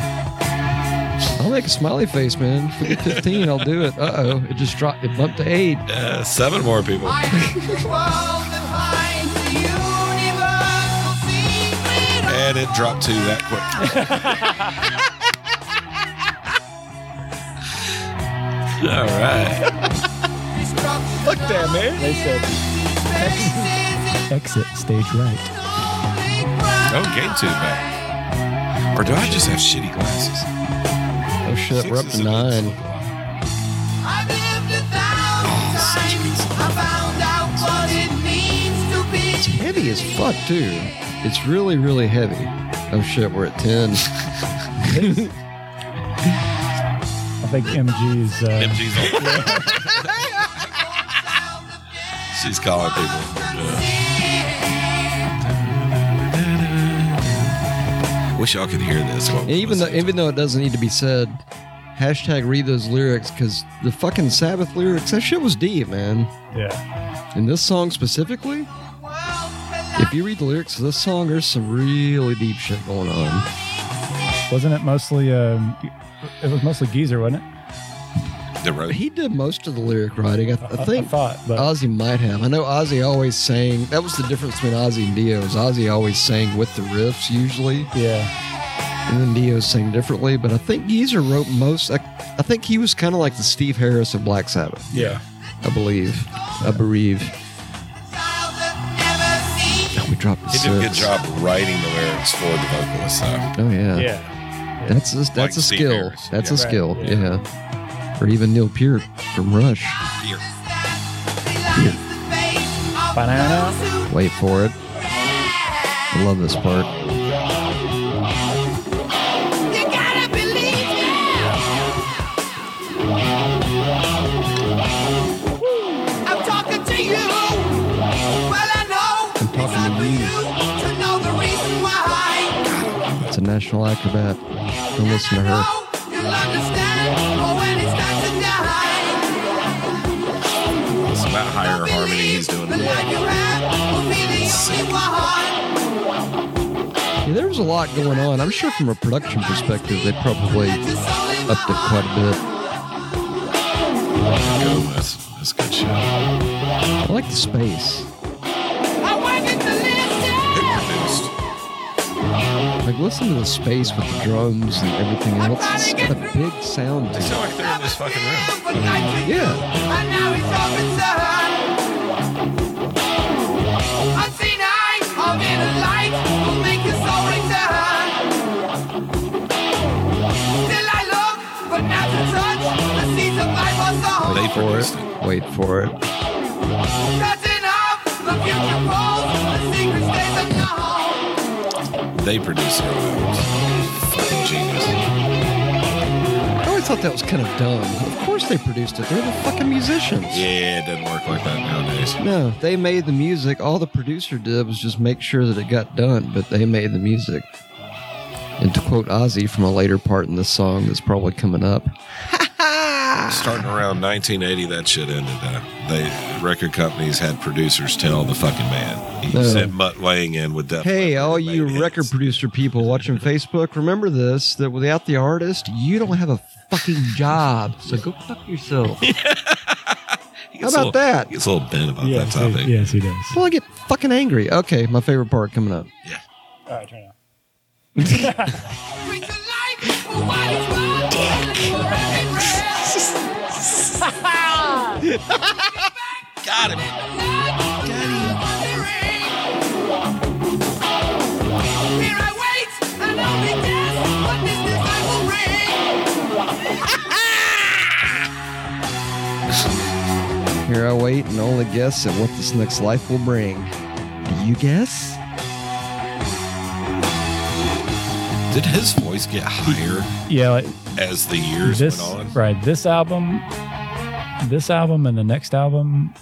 Speaker 1: I'll make a smiley face, man. If we get 15, I'll do it. Uh oh. It just dropped. It bumped to eight.
Speaker 2: Uh, seven more people. And it dropped to that quick. All right.
Speaker 3: Fuck that, man. They said exit, exit stage right.
Speaker 2: Oh, game two back. Or do I just have shitty glasses?
Speaker 1: Oh shit, we're up
Speaker 2: Six is
Speaker 1: to
Speaker 2: a good
Speaker 1: nine.
Speaker 7: I've lived a thousand times. I found out what it means to
Speaker 1: It's
Speaker 7: be.
Speaker 1: heavy as fuck too. It's really, really heavy. Oh shit, we're at ten.
Speaker 3: I think MG's. Uh,
Speaker 2: MG's on. She's calling people. Wish y'all could hear this. while we
Speaker 1: even though,
Speaker 2: listen.
Speaker 1: even though it doesn't need to be said, hashtag read those lyrics because the fucking Sabbath lyrics, that shit was deep, man.
Speaker 3: yeah.
Speaker 1: And this song specifically, if you read the lyrics of this song, there's some really deep shit going on.
Speaker 3: Wasn't it mostly? Um, it was mostly Geezer, wasn't it?
Speaker 2: the road.
Speaker 1: He did most of the lyric writing. I, I think
Speaker 3: thought, but-
Speaker 1: Ozzy might have. I know Ozzy always sang. That was the difference between Ozzy and Dio. Is Ozzy always sang with the riffs usually,
Speaker 3: Yeah.
Speaker 1: and then Dio sang differently. But I think Geezer wrote most. I, I think he was kind of like the Steve Harris of Black Sabbath.
Speaker 3: Yeah.
Speaker 1: I believe. I believe. Oh, we dropped the
Speaker 2: He did a good
Speaker 1: six.
Speaker 2: job writing the lyrics for the vocalist. Though.
Speaker 1: Oh yeah.
Speaker 3: Yeah.
Speaker 1: That's a, that's
Speaker 2: Like
Speaker 1: a
Speaker 2: Steve
Speaker 1: skill.
Speaker 2: Harris.
Speaker 1: That's
Speaker 2: Yeah.
Speaker 1: a skill.
Speaker 3: Right,
Speaker 1: Yeah. Or even Neil Peart from Rush.
Speaker 3: Banana.
Speaker 1: Wait for it. I love this part.
Speaker 7: You gotta believe now. I'm talking to you. Well, I know
Speaker 1: I'm talking
Speaker 7: it's up
Speaker 1: to
Speaker 7: to
Speaker 1: you.
Speaker 7: you to know the reason why.
Speaker 1: It's a national acrobat. Don't listen to her.
Speaker 7: I know you'll understand. Oh, when it's time to die.
Speaker 2: It's about higher
Speaker 7: Don't
Speaker 2: harmony
Speaker 7: believe
Speaker 2: he's doing.
Speaker 7: The life you have will be the only one.
Speaker 1: Yeah, there was a lot going on. I'm sure from a production perspective, they probably
Speaker 7: That's your soul in my
Speaker 1: upped it quite a bit.
Speaker 2: Go, that's, that's good shit. They
Speaker 1: I like the space.
Speaker 7: I wanted to listen.
Speaker 2: produced.
Speaker 1: Like, listen to the space with the drums and everything else. It's got a big sound
Speaker 2: They
Speaker 1: to it.
Speaker 2: sound like they're in this fucking room.
Speaker 1: Yeah.
Speaker 7: And now it's all concerned. Unseen eye of inner light will make your soul return. Till I look, but not to touch, the seeds of life are sown.
Speaker 2: They produced it.
Speaker 1: Wait for it.
Speaker 7: Setting up the future goals, the secret stays unknown.
Speaker 2: They produced their own albums. Fucking genius.
Speaker 1: I always thought that was kind of dumb. Of course they produced it. They're the fucking musicians.
Speaker 2: Yeah, it doesn't work like that nowadays.
Speaker 1: No, they made the music. All the producer did was just make sure that it got done, but they made the music. And to quote Ozzy from a later part in this song that's probably coming up,
Speaker 2: Starting around 1980, that shit ended. Uh, they record companies had producers tell the fucking man. He
Speaker 1: No.
Speaker 2: said Mutt weighing in with that.
Speaker 1: Oh. Hey, all you record producer people watching Facebook, remember this that without the artist, you don't have a fucking job. So go fuck yourself. How about that?
Speaker 2: He gets a little bent about that
Speaker 3: Yes,
Speaker 2: topic.
Speaker 3: he, yes, he does.
Speaker 1: Well, I get fucking angry. Okay, my favorite part coming up.
Speaker 2: Yeah.
Speaker 3: All right, turn it off.
Speaker 7: Bring the light for what it's worth, and it's forever in red.
Speaker 2: Got him.
Speaker 7: Here I wait, and I'll be guess what this design will bring.
Speaker 1: Here I wait and only guess at what this next life will bring. You guess?
Speaker 2: Did his voice get higher
Speaker 3: Yeah, like
Speaker 2: as the years
Speaker 3: this
Speaker 2: went on?
Speaker 3: right. This album, this album, and the next album,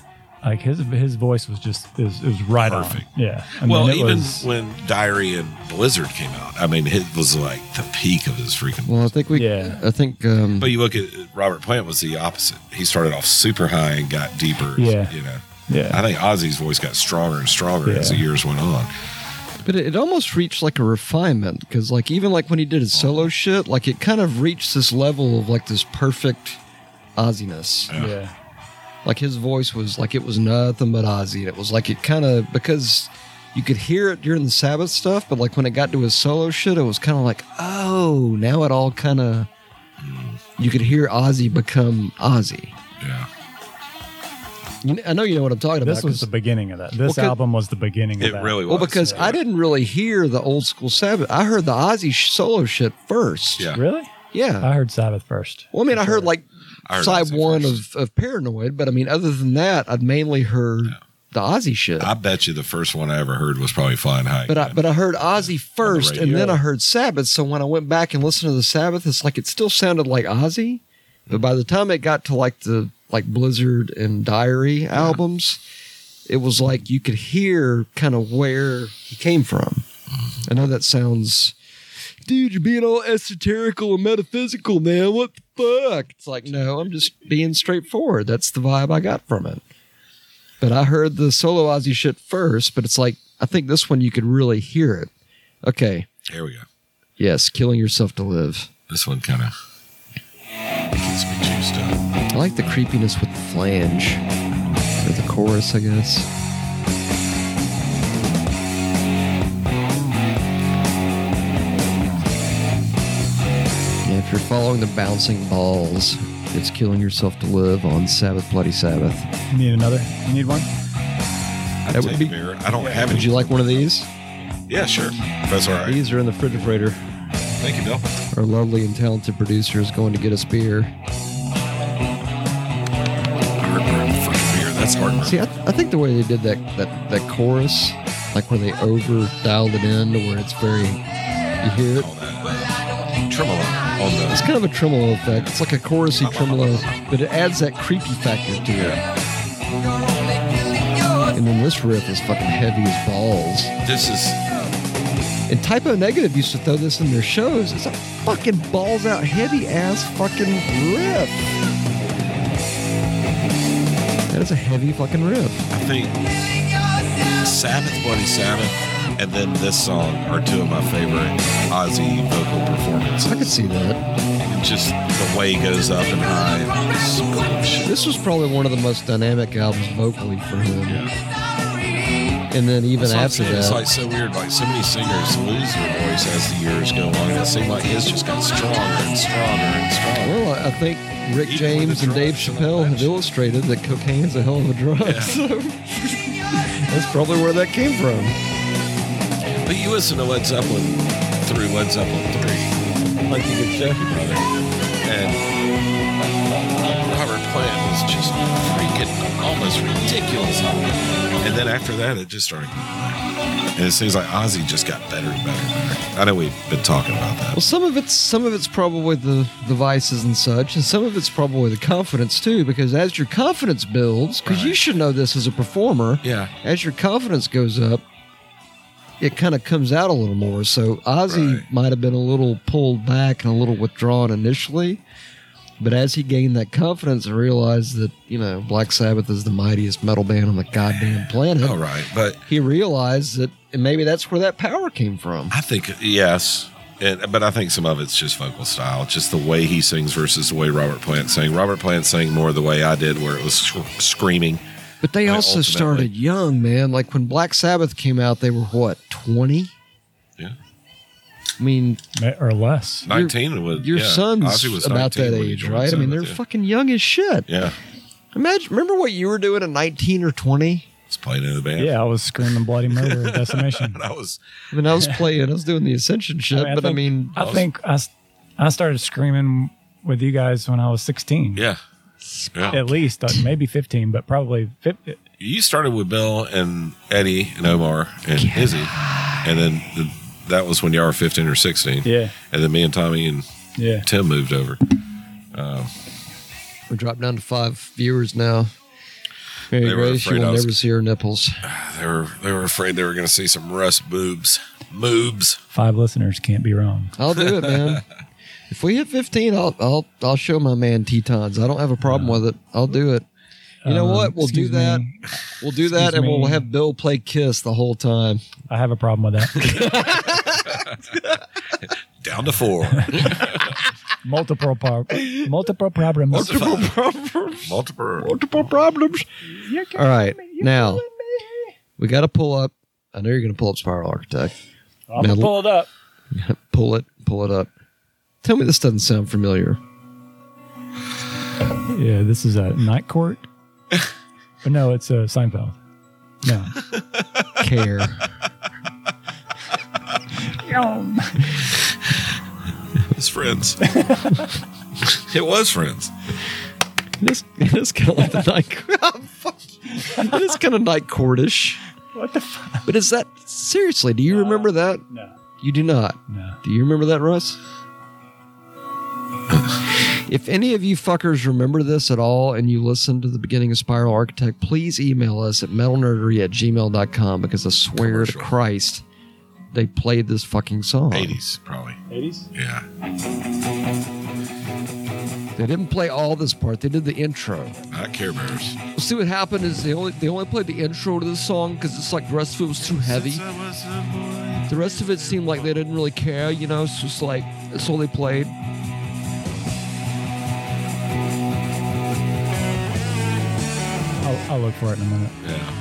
Speaker 3: like his his voice was just it was, it was right
Speaker 2: Perfect.
Speaker 3: on. Yeah. I
Speaker 2: well,
Speaker 3: mean, it
Speaker 2: even
Speaker 3: was-
Speaker 2: when Diary and Blizzard came out, I mean, it was like the peak of his freaking.
Speaker 1: Well, I think we.
Speaker 3: Yeah.
Speaker 1: I think. Um,
Speaker 2: But you look at Robert Plant was the opposite. He started off super high and got deeper.
Speaker 3: Yeah.
Speaker 2: You know, I
Speaker 3: yeah,
Speaker 2: think Ozzy's voice got stronger and stronger as the
Speaker 3: Yeah.
Speaker 2: years went on.
Speaker 1: But it, it almost reached like a refinement because, like, even like when he did his solo shit, like it kind of reached this level of like this perfect Ozziness.
Speaker 3: yeah,
Speaker 1: Like his voice was like it was nothing but Ozzy, and it was like it kind of because you could hear it during the Sabbath stuff, but like when it got to his solo shit, it was kind of like, oh, now it all kind of you could hear Ozzy become Ozzy.
Speaker 2: Yeah.
Speaker 1: You kn- I know you know what I'm talking
Speaker 3: This
Speaker 1: about.
Speaker 3: was
Speaker 1: 'cause-
Speaker 3: the beginning of that. This
Speaker 1: Well, 'cause-
Speaker 3: album was the beginning of
Speaker 2: It
Speaker 3: that.
Speaker 2: really was.
Speaker 1: well because I didn't really hear the old school Sabbath. I heard the Ozzy sh- solo shit first.
Speaker 2: Yeah.
Speaker 3: Really?
Speaker 1: Yeah.
Speaker 3: I heard Sabbath first.
Speaker 1: Well, I mean, I heard like
Speaker 2: I heard
Speaker 1: side
Speaker 2: Ozzy
Speaker 1: one
Speaker 2: first.
Speaker 1: of, of Paranoid, but I mean, other than that, I've mainly heard the Ozzy shit.
Speaker 2: I bet you the first one I ever heard was probably Flying High.
Speaker 1: but I,
Speaker 2: Again.
Speaker 1: but I heard Ozzy first, and
Speaker 2: radio.
Speaker 1: then I heard Sabbath. So when I went back and listened to the Sabbath, it's like it still sounded like Ozzy, but by the time it got to like the like Blizzard and Diary albums, it was like you could hear kind of where he came from. I know that sounds, dude, you're being all esoterical and metaphysical, man. What the fuck? It's like no, I'm just being straightforward. That's the vibe I got from it. But I heard the solo Ozzy shit first, but it's like I think this one you could really hear it. Okay.
Speaker 2: Here we go.
Speaker 1: Yes, killing yourself to live.
Speaker 2: This one kind of gets me juiced up.
Speaker 1: I like the creepiness with the flange. Or the chorus, I guess. Yeah, if you're following the bouncing balls, it's killing yourself to live on Sabbath Bloody Sabbath.
Speaker 3: You need another? You need one?
Speaker 2: I,
Speaker 1: That would
Speaker 2: take
Speaker 1: be-
Speaker 2: a beer. I don't have any.
Speaker 1: Would you like one of these?
Speaker 2: Yeah, sure. That's all right.
Speaker 1: These are in the refrigerator.
Speaker 2: Thank you, Bill.
Speaker 1: Our lovely and talented producer is going to get us beer.
Speaker 2: Heartburn, fucking beer. That's heartburn.
Speaker 1: See, I, I think the way they did that that that chorus, like where they over dialed it in to where it's very, you hear it.
Speaker 2: All that. Tremolo on the.
Speaker 1: It's kind of a tremolo effect. It's like a chorusy tremolo, but it adds that creepy factor to it. And then this riff is fucking heavy as balls.
Speaker 2: This is
Speaker 1: And Typo Negative used to throw this in their shows. It's a fucking balls out heavy ass fucking riff. That is a heavy fucking riff.
Speaker 2: I think Sabbath, Bloody Sabbath, and then this song are two of my favorite Ozzy vocal
Speaker 1: I
Speaker 2: performances.
Speaker 1: could see that.
Speaker 2: And just the way it goes up and high. It's cool as shit.
Speaker 1: This was probably one of the most dynamic albums vocally for him. And then even
Speaker 2: That's
Speaker 1: after
Speaker 2: what I'm saying. It's
Speaker 1: that,
Speaker 2: like so weird. Like so many singers lose their voice as the years go on. It seemed like his just got stronger and stronger and stronger.
Speaker 1: well, I I think Rick
Speaker 2: Even with
Speaker 1: James
Speaker 2: the
Speaker 1: and Dave
Speaker 2: drugs and
Speaker 1: Chappelle
Speaker 2: all that
Speaker 1: have
Speaker 2: shit.
Speaker 1: illustrated that cocaine's a hell of a drug. So that's probably where that came from.
Speaker 2: But you listen to Led Zeppelin through Led Zeppelin 3, like you did Jackie Brother. And Robert Plant was just freaking almost ridiculous. And then after that, it just started. And it seems like Ozzy just got better and better and better. I know we've been talking about
Speaker 1: Well,
Speaker 2: that.
Speaker 1: some of it's some of it's probably the the vices and such, and some of it's probably the confidence too. Because as your confidence builds, because you should know this as a performer,
Speaker 2: Yeah.
Speaker 1: As your confidence goes up, it kind of comes out a little more. So Ozzy
Speaker 2: Right.
Speaker 1: might have been a little pulled back and a little withdrawn initially, but as he gained that confidence and realized that you know Black Sabbath is the mightiest metal band on the goddamn planet,
Speaker 2: All right. But
Speaker 1: he realized that, and maybe that's where that power came from.
Speaker 2: I think, yes. And, but I think some of it's just vocal style, just the way he sings versus the way Robert Plant sang. Robert Plant sang more the way I did, where it was sc- screaming.
Speaker 1: But they
Speaker 2: I mean,
Speaker 1: also
Speaker 2: ultimately-
Speaker 1: started young, man. Like when Black Sabbath came out, they were what, 20?
Speaker 2: Yeah.
Speaker 1: I mean,
Speaker 3: Ma- Or less.
Speaker 2: 19 was
Speaker 1: your
Speaker 2: yeah,
Speaker 1: son's
Speaker 2: Ozzy was
Speaker 1: about
Speaker 2: 19
Speaker 1: that
Speaker 2: when he
Speaker 1: age,
Speaker 2: joined
Speaker 1: right? I mean, they're
Speaker 2: Sabbath, yeah.
Speaker 1: fucking young as shit.
Speaker 2: yeah
Speaker 1: Imagine, remember what you were doing at 19 or 20?
Speaker 2: it's playing in the band
Speaker 3: Yeah, I was screaming bloody murder and decimation.
Speaker 2: and I was
Speaker 1: I mean, I was playing, I was doing the Ascension shit, but I
Speaker 3: think,
Speaker 1: mean,
Speaker 3: I think I, s- I started screaming with you guys when I was 16.
Speaker 2: yeah yeah.
Speaker 3: At least, uh, maybe 15, but probably 50.
Speaker 2: you started with Bill and Eddie and Omar and Izzy and then the, that was when you were 15 or 16
Speaker 3: Yeah.
Speaker 2: and then me and Tommy and
Speaker 3: Yeah.
Speaker 2: Tim moved over
Speaker 1: we dropped down to five viewers now. Mary
Speaker 2: They were
Speaker 1: Grace, you
Speaker 2: afraid I
Speaker 1: will
Speaker 2: was-
Speaker 1: never see her nipples.
Speaker 2: they were they were afraid they were gonna see some rust boobs moobs
Speaker 3: Five listeners can't be wrong.
Speaker 1: I'll do it, man. If we hit 15, I'll I'll I'll show my man Tetons. I don't have a problem with it. I'll do it. You know
Speaker 3: Um,
Speaker 1: what? We'll do
Speaker 3: excuse
Speaker 1: that.
Speaker 3: me.
Speaker 1: We'll do that,
Speaker 3: Excuse
Speaker 1: and we'll
Speaker 3: me.
Speaker 1: have Bill play Kiss the whole time.
Speaker 3: I have a problem with that.
Speaker 2: down to four
Speaker 3: multiple, pro- multiple problems.
Speaker 2: multiple
Speaker 1: Multiple problems. All right, now we got to pull up. I know you're going to pull up Spiral Architect.
Speaker 3: I'm
Speaker 1: Now-
Speaker 3: gonna pull it up.
Speaker 1: Pull it. Pull it up. Tell me this doesn't sound familiar.
Speaker 3: Yeah, this is a night court. But no, it's a Seinfeld. No.
Speaker 1: Care.
Speaker 2: was Friends. it was Friends.
Speaker 1: It is kind of like the night. Fuck. it is kind of night courtish.
Speaker 3: What the fuck?
Speaker 1: But is that seriously? Do you remember that?
Speaker 3: No.
Speaker 1: You do not.
Speaker 3: No.
Speaker 1: Do you remember that, Russ? if any of you fuckers remember this at all and you listened to the beginning of Spiral Architect, please email us at metalnerdery at gmail.com because I swear to
Speaker 2: Commercial.
Speaker 1: Christ, they played this fucking song.
Speaker 2: 80s, probably.
Speaker 3: 80s?
Speaker 2: Yeah.
Speaker 1: They didn't play all this part, they did the intro.
Speaker 2: I Care Bears.
Speaker 1: See what happened is they only they only played the intro to this song because it's like the rest of it was too heavy. The rest of it seemed like they didn't really care, you know. It's just like that's all they played.
Speaker 3: I'll, I'll look for it in a minute.
Speaker 2: Yeah.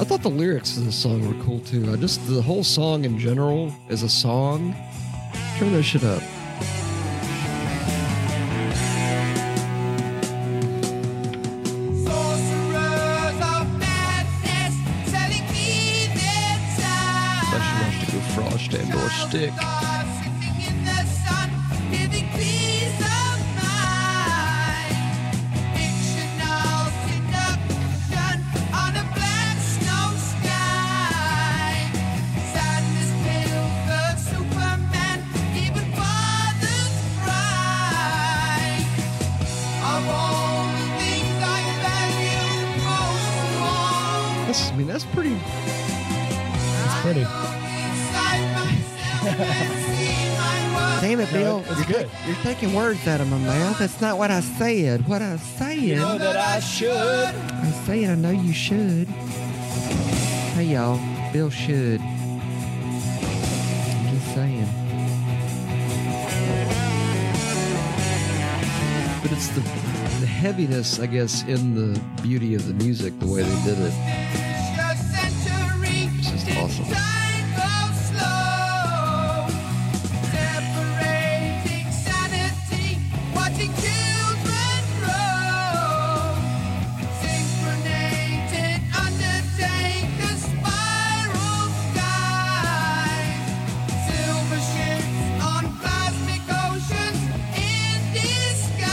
Speaker 1: I thought the lyrics to this song were cool too. I just the whole song in general as a song. Turn that shit up. I should watch the good frost and or stick.
Speaker 7: Of all the things I value most of all,
Speaker 1: That's I mean that's pretty.
Speaker 3: It's pretty.
Speaker 7: Damn it, Bill.
Speaker 3: It's good.
Speaker 1: You're taking words out of my mouth. That's not what I said. What I said,
Speaker 7: That I should.
Speaker 1: I said I know you should. Hey y'all, Bill should. I'm just saying. But it's the the heaviness, I guess, in the beauty of the music, the way they did it. This is awesome.
Speaker 7: Silver ships on cosmic oceans in disguise.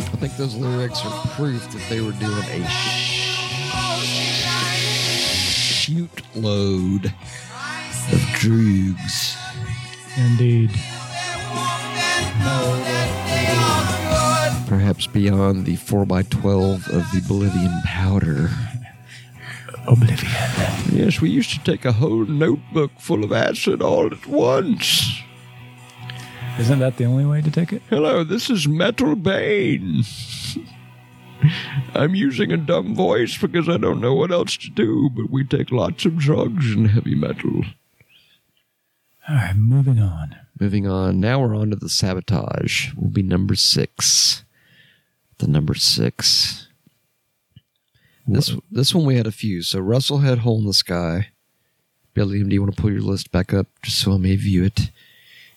Speaker 1: I think those lyrics are proof that they were doing a shoot load of droogs.
Speaker 3: Indeed.
Speaker 1: Perhaps beyond the 4x12 of the Bolivian powder.
Speaker 3: Oblivion.
Speaker 1: Yes, we used to take a whole notebook full of acid all at once.
Speaker 3: Isn't that the only way to take it?
Speaker 1: Hello, this is Metal Bane. I'm using a dumb voice because I don't know what else to do, but we take lots of drugs and heavy metal.
Speaker 3: All right, moving on.
Speaker 1: Moving on. Now we're on to the sabotage. Will be number six. The number six. This this one we had a few. So Russell had hole in the sky. Billy, do you want to pull your list back up just so I may view it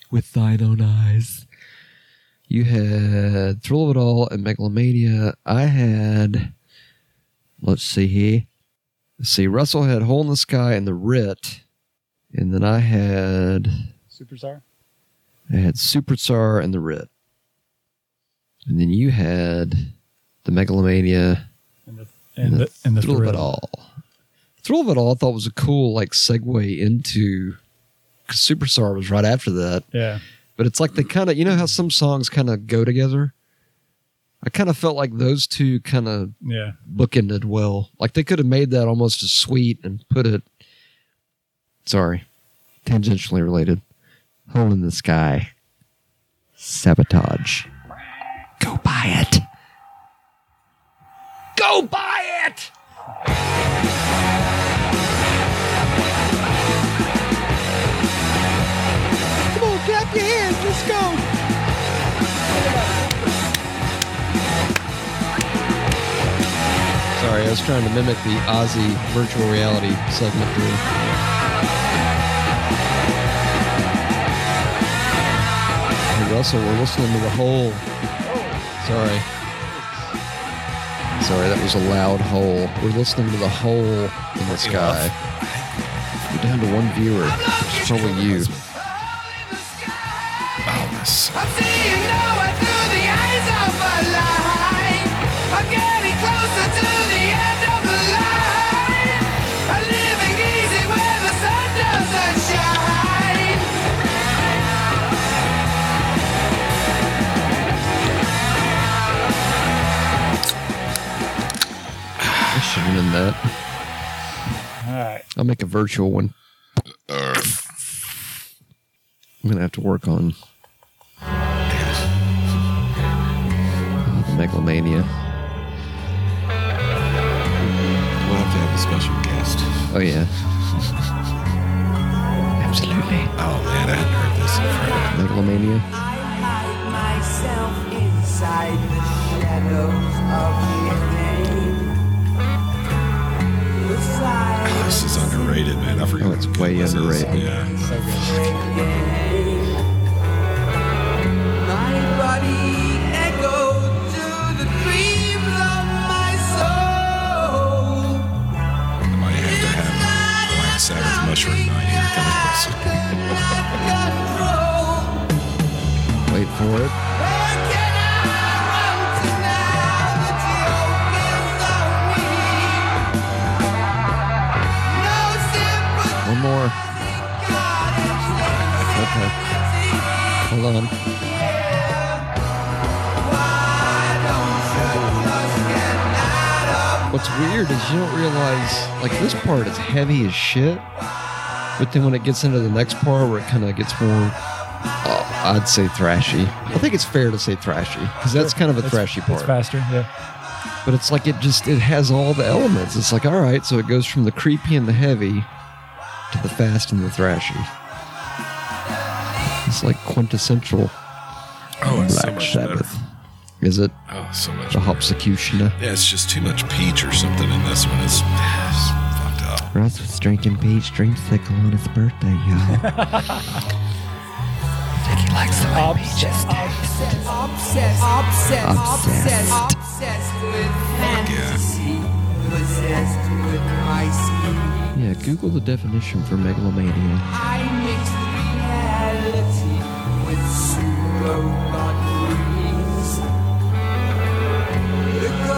Speaker 1: with thine own eyes? You had Thrill of It All and Megalomania. I had. Let's see here. Let's see, Russell had Hole in the Sky and The Writ, and then I had
Speaker 3: Superstar?
Speaker 1: I had Super Tsar and the Writ. And then you had the Megalomania
Speaker 3: And the, and the, and the
Speaker 1: Thrill of It
Speaker 3: thrill.
Speaker 1: All. Thrill of It All I thought was a cool like segue into because Super Tsar was right after that.
Speaker 3: Yeah.
Speaker 1: But it's like they kind of you know how some songs kind of go together? I kind of felt like those two kind of
Speaker 3: Yeah.
Speaker 1: bookended well. Like they could have made that almost a suite and put it. Sorry, tangentially related. Hole in the sky. Sabotage. Go buy it. Go buy it. Come on, clap your hands. Let's go. Sorry, I was trying to mimic the Aussie virtual reality segment. There. Hey, Russell, we're listening to the hole. Sorry. Sorry, that was a loud hole. We're listening to the hole in the sky. We're down to one viewer. It's probably you.
Speaker 9: seeing no one through the eyes of a line. I'm getting closer to the end of the line. I'm living easy where the sun doesn't shine.
Speaker 1: I should have done that.
Speaker 3: All right.
Speaker 1: I'll make a virtual one. I'm gonna have to work on megalomania.
Speaker 2: We'll have to have a special guest.
Speaker 1: Oh yeah, absolutely.
Speaker 2: Oh man, I hadn't heard this in forever.
Speaker 1: Megalomania.
Speaker 7: I hide myself inside the shadows of your name.
Speaker 2: Oh, This is underrated, man. I forgot.
Speaker 1: Oh, it's
Speaker 2: how good
Speaker 1: way
Speaker 2: this is.
Speaker 1: underrated.
Speaker 2: Yeah.
Speaker 3: So good.
Speaker 7: My body echoed to the dreams of my soul.
Speaker 2: I might have to have Black Sabbath mushroom night here coming up soon.
Speaker 1: Wait for it. One more. Okay. Hold on. What's weird is you don't realize like this part is heavy as shit, but then when it gets into the next part where it kind of gets more, oh, I'd say thrashy. I think it's fair to say thrashy because that's kind of a
Speaker 3: It's-
Speaker 1: thrashy part
Speaker 3: It's faster. Yeah.
Speaker 1: but it's like it just it has all the elements it's like all right so it goes from the creepy and the heavy to the fast and the thrashy it's like quintessential
Speaker 2: Oh, it's so
Speaker 1: black
Speaker 2: much better.
Speaker 1: sabbath is it
Speaker 2: Oh, so much.
Speaker 1: the
Speaker 2: better.
Speaker 1: hopsecutioner
Speaker 2: Yeah, it's just too much peach or something in this one. It's, it's fucked up.
Speaker 1: russ was drinking peach dreamsicle on his birthday y'all
Speaker 7: Obsessed, obsessed, obsessed, obsessed, obsessed with fantasy, possessed with my scheme.
Speaker 1: yeah google the definition for megalomania
Speaker 7: I mix reality with superbot dreams. The ghost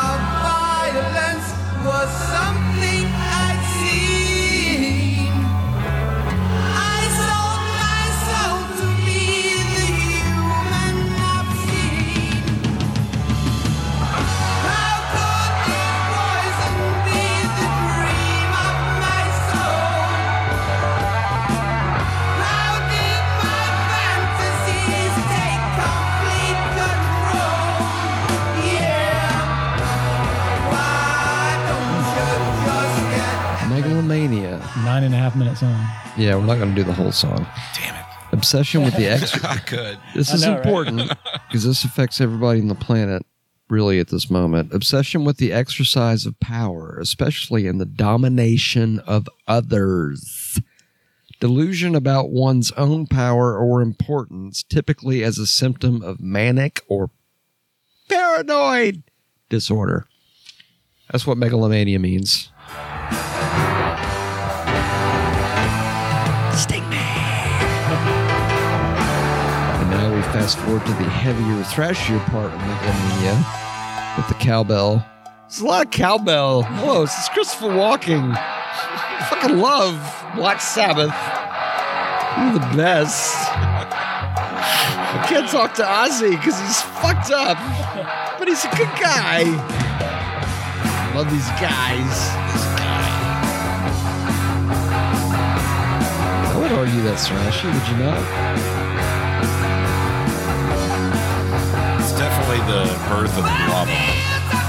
Speaker 7: of violence was something I'd seen. I sold my soul to be the human I've seen. How could this poison be the dream of my soul? How did my fantasies take complete control? Yeah. Why don't you just get
Speaker 1: megalomania
Speaker 3: Nine and a half minutes on.
Speaker 1: yeah we're not gonna do the whole song
Speaker 2: Damn it.
Speaker 1: obsession with the x
Speaker 2: I could.
Speaker 1: This
Speaker 3: I
Speaker 1: is
Speaker 3: know, right?
Speaker 1: important because this affects everybody on the planet, really, at this moment. Obsession with the exercise of power, especially in the domination of others. Delusion about one's own power or importance, typically as a symptom of manic or paranoid disorder. That's what megalomania means. And now we fast forward to the heavier, thrashier part of Megalomania with the cowbell. There's a lot of cowbell. Hello, this is Christopher Walking. fucking love Black Sabbath. You're the best. I can't talk to Ozzy because he's fucked up, but he's a good guy. Love these guys. I would argue that's thrashy, would you not?
Speaker 2: It's definitely the birth of the lava.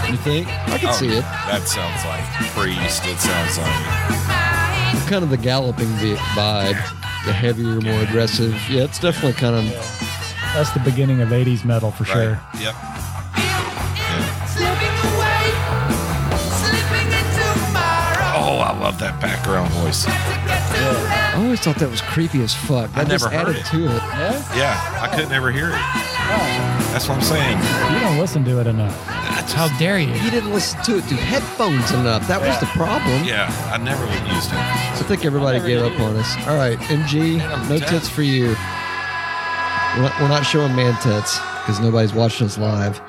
Speaker 1: You think? I
Speaker 2: Oh.
Speaker 1: can see it.
Speaker 2: That sounds like priest. It sounds like
Speaker 1: kind of the galloping vi- vibe, the heavier, more aggressive. Yeah, it's definitely kind of
Speaker 3: That's the beginning of 80s metal for sure.
Speaker 2: Right. Yep.
Speaker 9: Slipping away, slipping into tomorrow.
Speaker 2: Oh, I love that background voice.
Speaker 9: To get to
Speaker 1: I always thought that was creepy as fuck. That
Speaker 2: I
Speaker 1: just
Speaker 2: never heard
Speaker 1: added
Speaker 2: it.
Speaker 1: to it.
Speaker 2: Yeah, I could never hear it. That's what I'm saying.
Speaker 3: You don't listen to it enough.
Speaker 10: How dare you?
Speaker 1: You didn't listen to it through headphones enough. That was the problem.
Speaker 2: Yeah, I never would use it.
Speaker 1: So I think everybody gave up on us. All right, MG,
Speaker 2: I'm
Speaker 1: no
Speaker 2: dead.
Speaker 1: tits for you. We're not, we're not showing man tits because nobody's watching us live.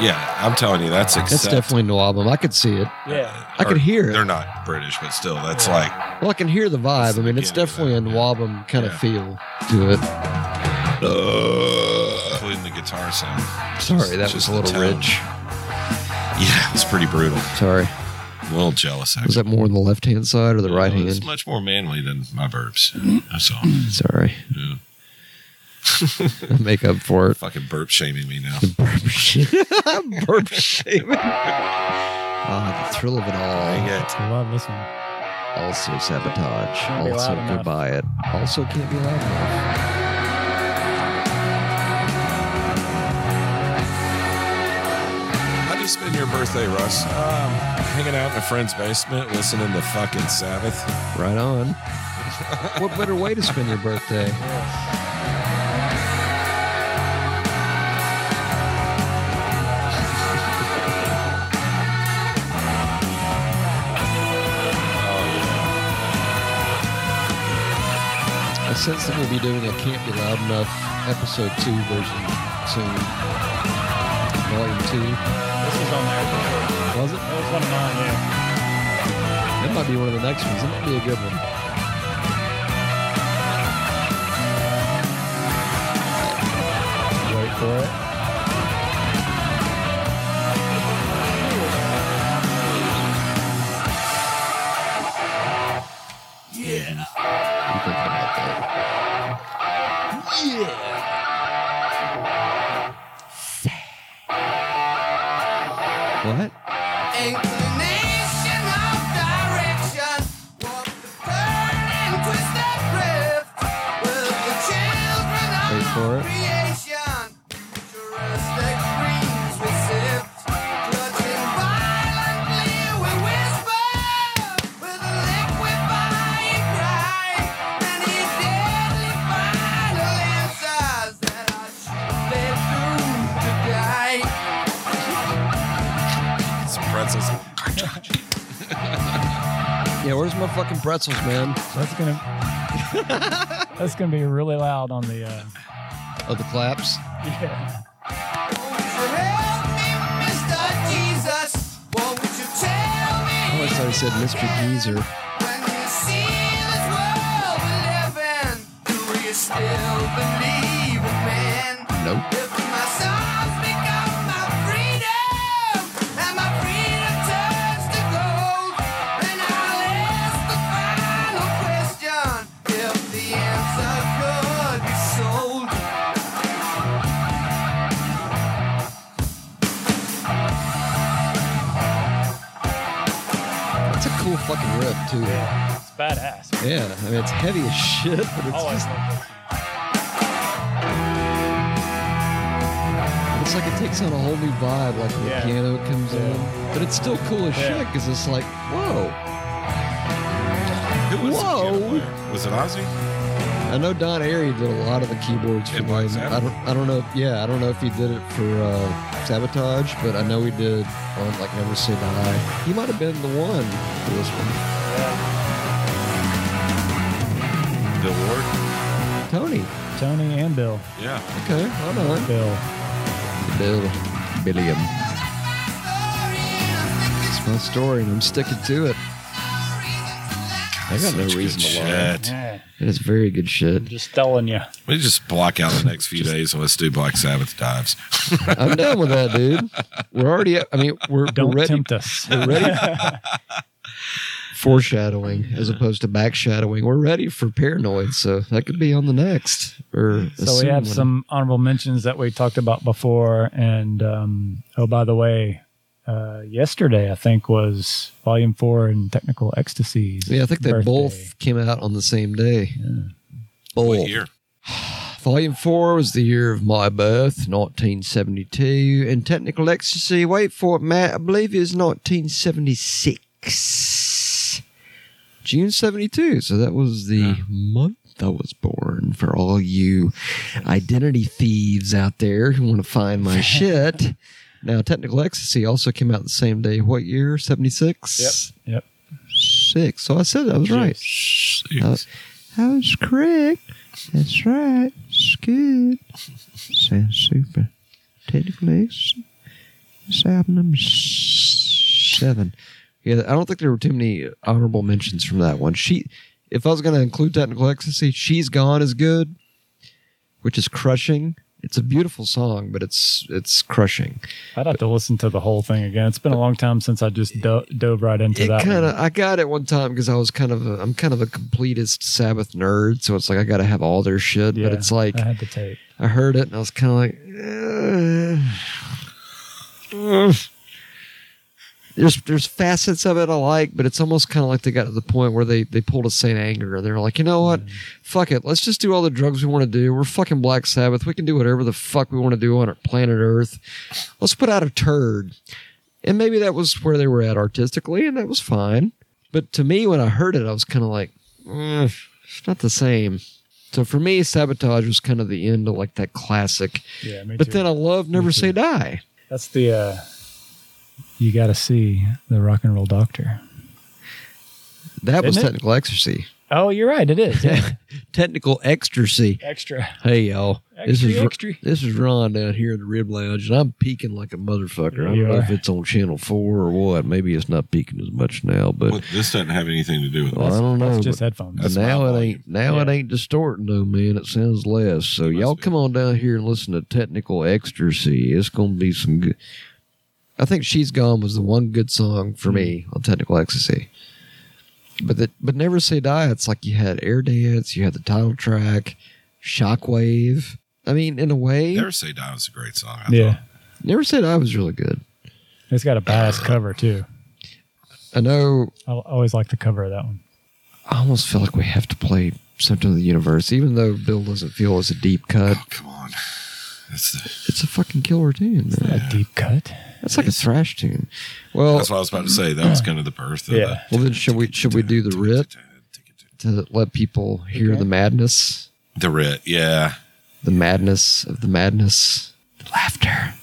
Speaker 2: Yeah, I'm telling you, that's
Speaker 1: That's
Speaker 2: accept-
Speaker 1: definitely no album. I could see it.
Speaker 3: Yeah.
Speaker 1: I
Speaker 2: or-
Speaker 1: could hear it.
Speaker 2: They're not British, but still, that's like
Speaker 1: Well, I can hear the vibe. I mean, it's
Speaker 2: beginning of
Speaker 1: definitely a
Speaker 2: that, yeah.
Speaker 1: Nwabum kind
Speaker 2: Yeah.
Speaker 1: of feel to it.
Speaker 2: including the guitar sound.
Speaker 1: Sorry, that
Speaker 2: It's
Speaker 1: was
Speaker 2: just
Speaker 1: a
Speaker 2: the
Speaker 1: little
Speaker 2: tone.
Speaker 1: rich.
Speaker 2: Yeah, it's pretty brutal.
Speaker 1: Sorry.
Speaker 2: A little jealous.
Speaker 1: Was that more on the left hand side or the right
Speaker 2: Uh, It's
Speaker 1: hand?
Speaker 2: much more manly than my burps. That's all.
Speaker 1: Sorry.
Speaker 2: Yeah.
Speaker 1: Make up for it.
Speaker 2: Fucking burp shaming me now.
Speaker 1: Burp shit. Burp shaming. Ah, the thrill of it all.
Speaker 2: Dang it.
Speaker 3: I love this one.
Speaker 1: Also sabotage.
Speaker 3: Can't be
Speaker 1: Also
Speaker 3: loud enough.
Speaker 1: go buy it. Also can't be loud enough.
Speaker 2: How do you spend your birthday, Russ? Um, hanging out in a friend's basement, listening to fucking Sabbath.
Speaker 1: Right on. what better way to spend your birthday? I sense that we'll be doing a Can't Be Loud Enough episode 2 version soon. Volume 2.
Speaker 3: This was on there. before.
Speaker 1: Was it?
Speaker 3: That was one of mine, yeah.
Speaker 1: That might be one of the next ones. That might be a good one.
Speaker 3: Wait for it.
Speaker 1: I'm thinking about that. Yeah. What?
Speaker 7: Inclination of direction. Walk the burning crystal rift with the children
Speaker 1: Wait
Speaker 7: of
Speaker 1: for it.
Speaker 7: creation. Futuristic dreams we sift, clutching violently we whisper with a liquefying cry. And these deadly final answers that are surely doomed to die.
Speaker 2: Some pretzels.
Speaker 1: Yeah, where's my fucking pretzels, man?
Speaker 3: That's gonna. that's gonna be really loud on the. Uh,
Speaker 1: Oh, the claps.
Speaker 3: yeah.
Speaker 7: Help me, Mr. Jesus. Won't you tell me
Speaker 1: I always thought he said Mr. Geezer.
Speaker 7: when you see this world we live in? Do you still believe in man?
Speaker 1: Nope.
Speaker 7: If my songs become my freedom, and my freedom turns to gold, then I'll ask the final question. If the answer could be sold.
Speaker 1: That's a cool fucking riff, too. Yeah,
Speaker 3: It's badass.
Speaker 1: I mean, it's heavy as shit, but it's
Speaker 3: Always.
Speaker 1: just,
Speaker 3: love this.
Speaker 1: it's like it takes on a whole new vibe, like when
Speaker 3: Yeah.
Speaker 1: the piano comes in. But it's still cool as
Speaker 3: Yeah.
Speaker 1: shit, because it's like, whoa.
Speaker 2: Who was the
Speaker 1: Whoa.
Speaker 2: piano player? Was it Ozzy?
Speaker 1: I know Don Airy did a lot of the keyboards for
Speaker 2: It was,
Speaker 1: them.
Speaker 2: yeah.
Speaker 1: I don't, I don't know. Yeah, I don't know if he did it for uh, Sabotage, but I know he did on like Never Say Die. He might have been the one for this one.
Speaker 2: Bill Ward?
Speaker 1: Tony.
Speaker 3: Tony and Bill.
Speaker 2: Yeah.
Speaker 1: Okay, hold on.
Speaker 3: Bill.
Speaker 1: Bill. Billiam. It's my story, and I'm sticking to it. I got no
Speaker 2: Such good
Speaker 1: reason to lie.
Speaker 2: shit.
Speaker 3: Yeah.
Speaker 1: It is very good shit.
Speaker 3: Just telling you.
Speaker 2: We just block out the next few days and let's do Black Sabbath dives.
Speaker 1: I'm down with that, dude. We're already. I mean, we're,
Speaker 3: Don't
Speaker 1: we're ready.
Speaker 3: tempt us.
Speaker 1: We're ready. Foreshadowing as opposed to backshadowing. We're ready for paranoid, so that could be on the next. Or a
Speaker 3: So we
Speaker 1: soon
Speaker 3: have
Speaker 1: one.
Speaker 3: some honorable mentions that we talked about before, and um, oh, by the way, uh, yesterday I think was Volume Four in Technical Ecstasies.
Speaker 1: Yeah, I think they
Speaker 3: birthday.
Speaker 1: both came out on the same day. Both.
Speaker 2: What year?
Speaker 1: Volume four was the year of my birth, 1972. And Technical Ecstasy, wait for it, Matt, I believe it was 1976. June 72. So that was the month I was born for all you identity thieves out there who want to find my shit. Now, Technical Ecstasy also came out the same day. What year? 76?
Speaker 3: Yep.
Speaker 1: Six. So I said I was right.
Speaker 2: Jeez.
Speaker 1: Uh, I was correct. That's right. It's good. Sounds super. Technically, it's, it's album number s- seven. Yeah, I don't think there were too many honorable mentions from that one. She, if I was going to include Technical Ecstasy, She's Gone is good, which is crushing. It's a beautiful song, but it's it's crushing.
Speaker 3: I'd have to listen to the whole thing again. It's been a long time since I just do- dove right into
Speaker 1: it
Speaker 3: that.
Speaker 1: kind of
Speaker 3: one.
Speaker 1: I got it one time because I was kind of a, I'm kind of a completist Sabbath nerd, so it's like I got to have all their shit.
Speaker 3: Yeah,
Speaker 1: but it's like
Speaker 3: I had the tape.
Speaker 1: I heard it and I was kind of like, "Ugh." Ugh. "Eh." there's there's facets of it I like, but it's almost kind of like they got to the point where they they pulled a Saint Anger. They're like, you know what, fuck it, let's just do all the drugs we want to do. We're fucking Black Sabbath. We can do whatever the fuck we want to do on our planet Earth. Let's put out a turd, and maybe that was where they were at artistically, and that was fine. But to me, when I heard it, I was kind of like, "Ugh, it's not the same. So for me, sabotage was kind of the end of like that classic.
Speaker 3: Yeah, me
Speaker 1: but
Speaker 3: too.
Speaker 1: then I love Never Say Die.
Speaker 3: That's the uh, you got to see the rock and roll doctor.
Speaker 1: That was
Speaker 3: Isn't it?
Speaker 1: technical ecstasy.
Speaker 3: Oh, you're right. It is yeah.
Speaker 1: Technical ecstasy.
Speaker 3: extra.
Speaker 1: Hey y'all, this
Speaker 3: Extra,
Speaker 1: is
Speaker 3: extra.
Speaker 1: this is Ron down here in the Rib Lounge, and I'm peeking like a motherfucker. I
Speaker 3: You
Speaker 1: don't know
Speaker 3: are.
Speaker 1: if it's on Channel Four or what. Maybe it's not peaking as much now, but
Speaker 2: Look, this doesn't have anything to do with
Speaker 1: Well, I
Speaker 2: it.
Speaker 1: don't know.
Speaker 3: That's just
Speaker 1: but-
Speaker 3: headphones.
Speaker 2: That's
Speaker 1: now
Speaker 2: my
Speaker 1: it
Speaker 2: volume.
Speaker 1: ain't now it
Speaker 3: Yeah.
Speaker 1: ain't distorting though, man. It sounds less. So y'all
Speaker 2: be.
Speaker 1: come on down here and listen to technical ecstasy. It's gonna be some good. I think "She's Gone" was the one good song for me
Speaker 2: Mm-hmm.
Speaker 1: on technical ecstasy. But the, but never say die. It's like you had air dance, you had the title track, shockwave. I mean, in a way,
Speaker 2: Never Say Die was a great song. I
Speaker 3: Yeah,
Speaker 2: thought.
Speaker 1: never say die was really good.
Speaker 3: it's got a badass cover too.
Speaker 1: I know.
Speaker 3: I always like the cover of that one.
Speaker 1: I almost feel like we have to play "Symptom of the Universe," even though Bill doesn't feel it's a deep cut.
Speaker 2: Oh, come on. That's, the,
Speaker 1: It's a fucking killer tune. Man.
Speaker 3: A deep cut.
Speaker 1: That's like a thrash tune. Well,
Speaker 2: that's what I was about to say. That was kind of the birth of
Speaker 3: Yeah.
Speaker 1: well, then should we should we do the writ to let people hear the madness,
Speaker 2: the, the writ. Yeah.
Speaker 1: the madness of the madness, the laughter.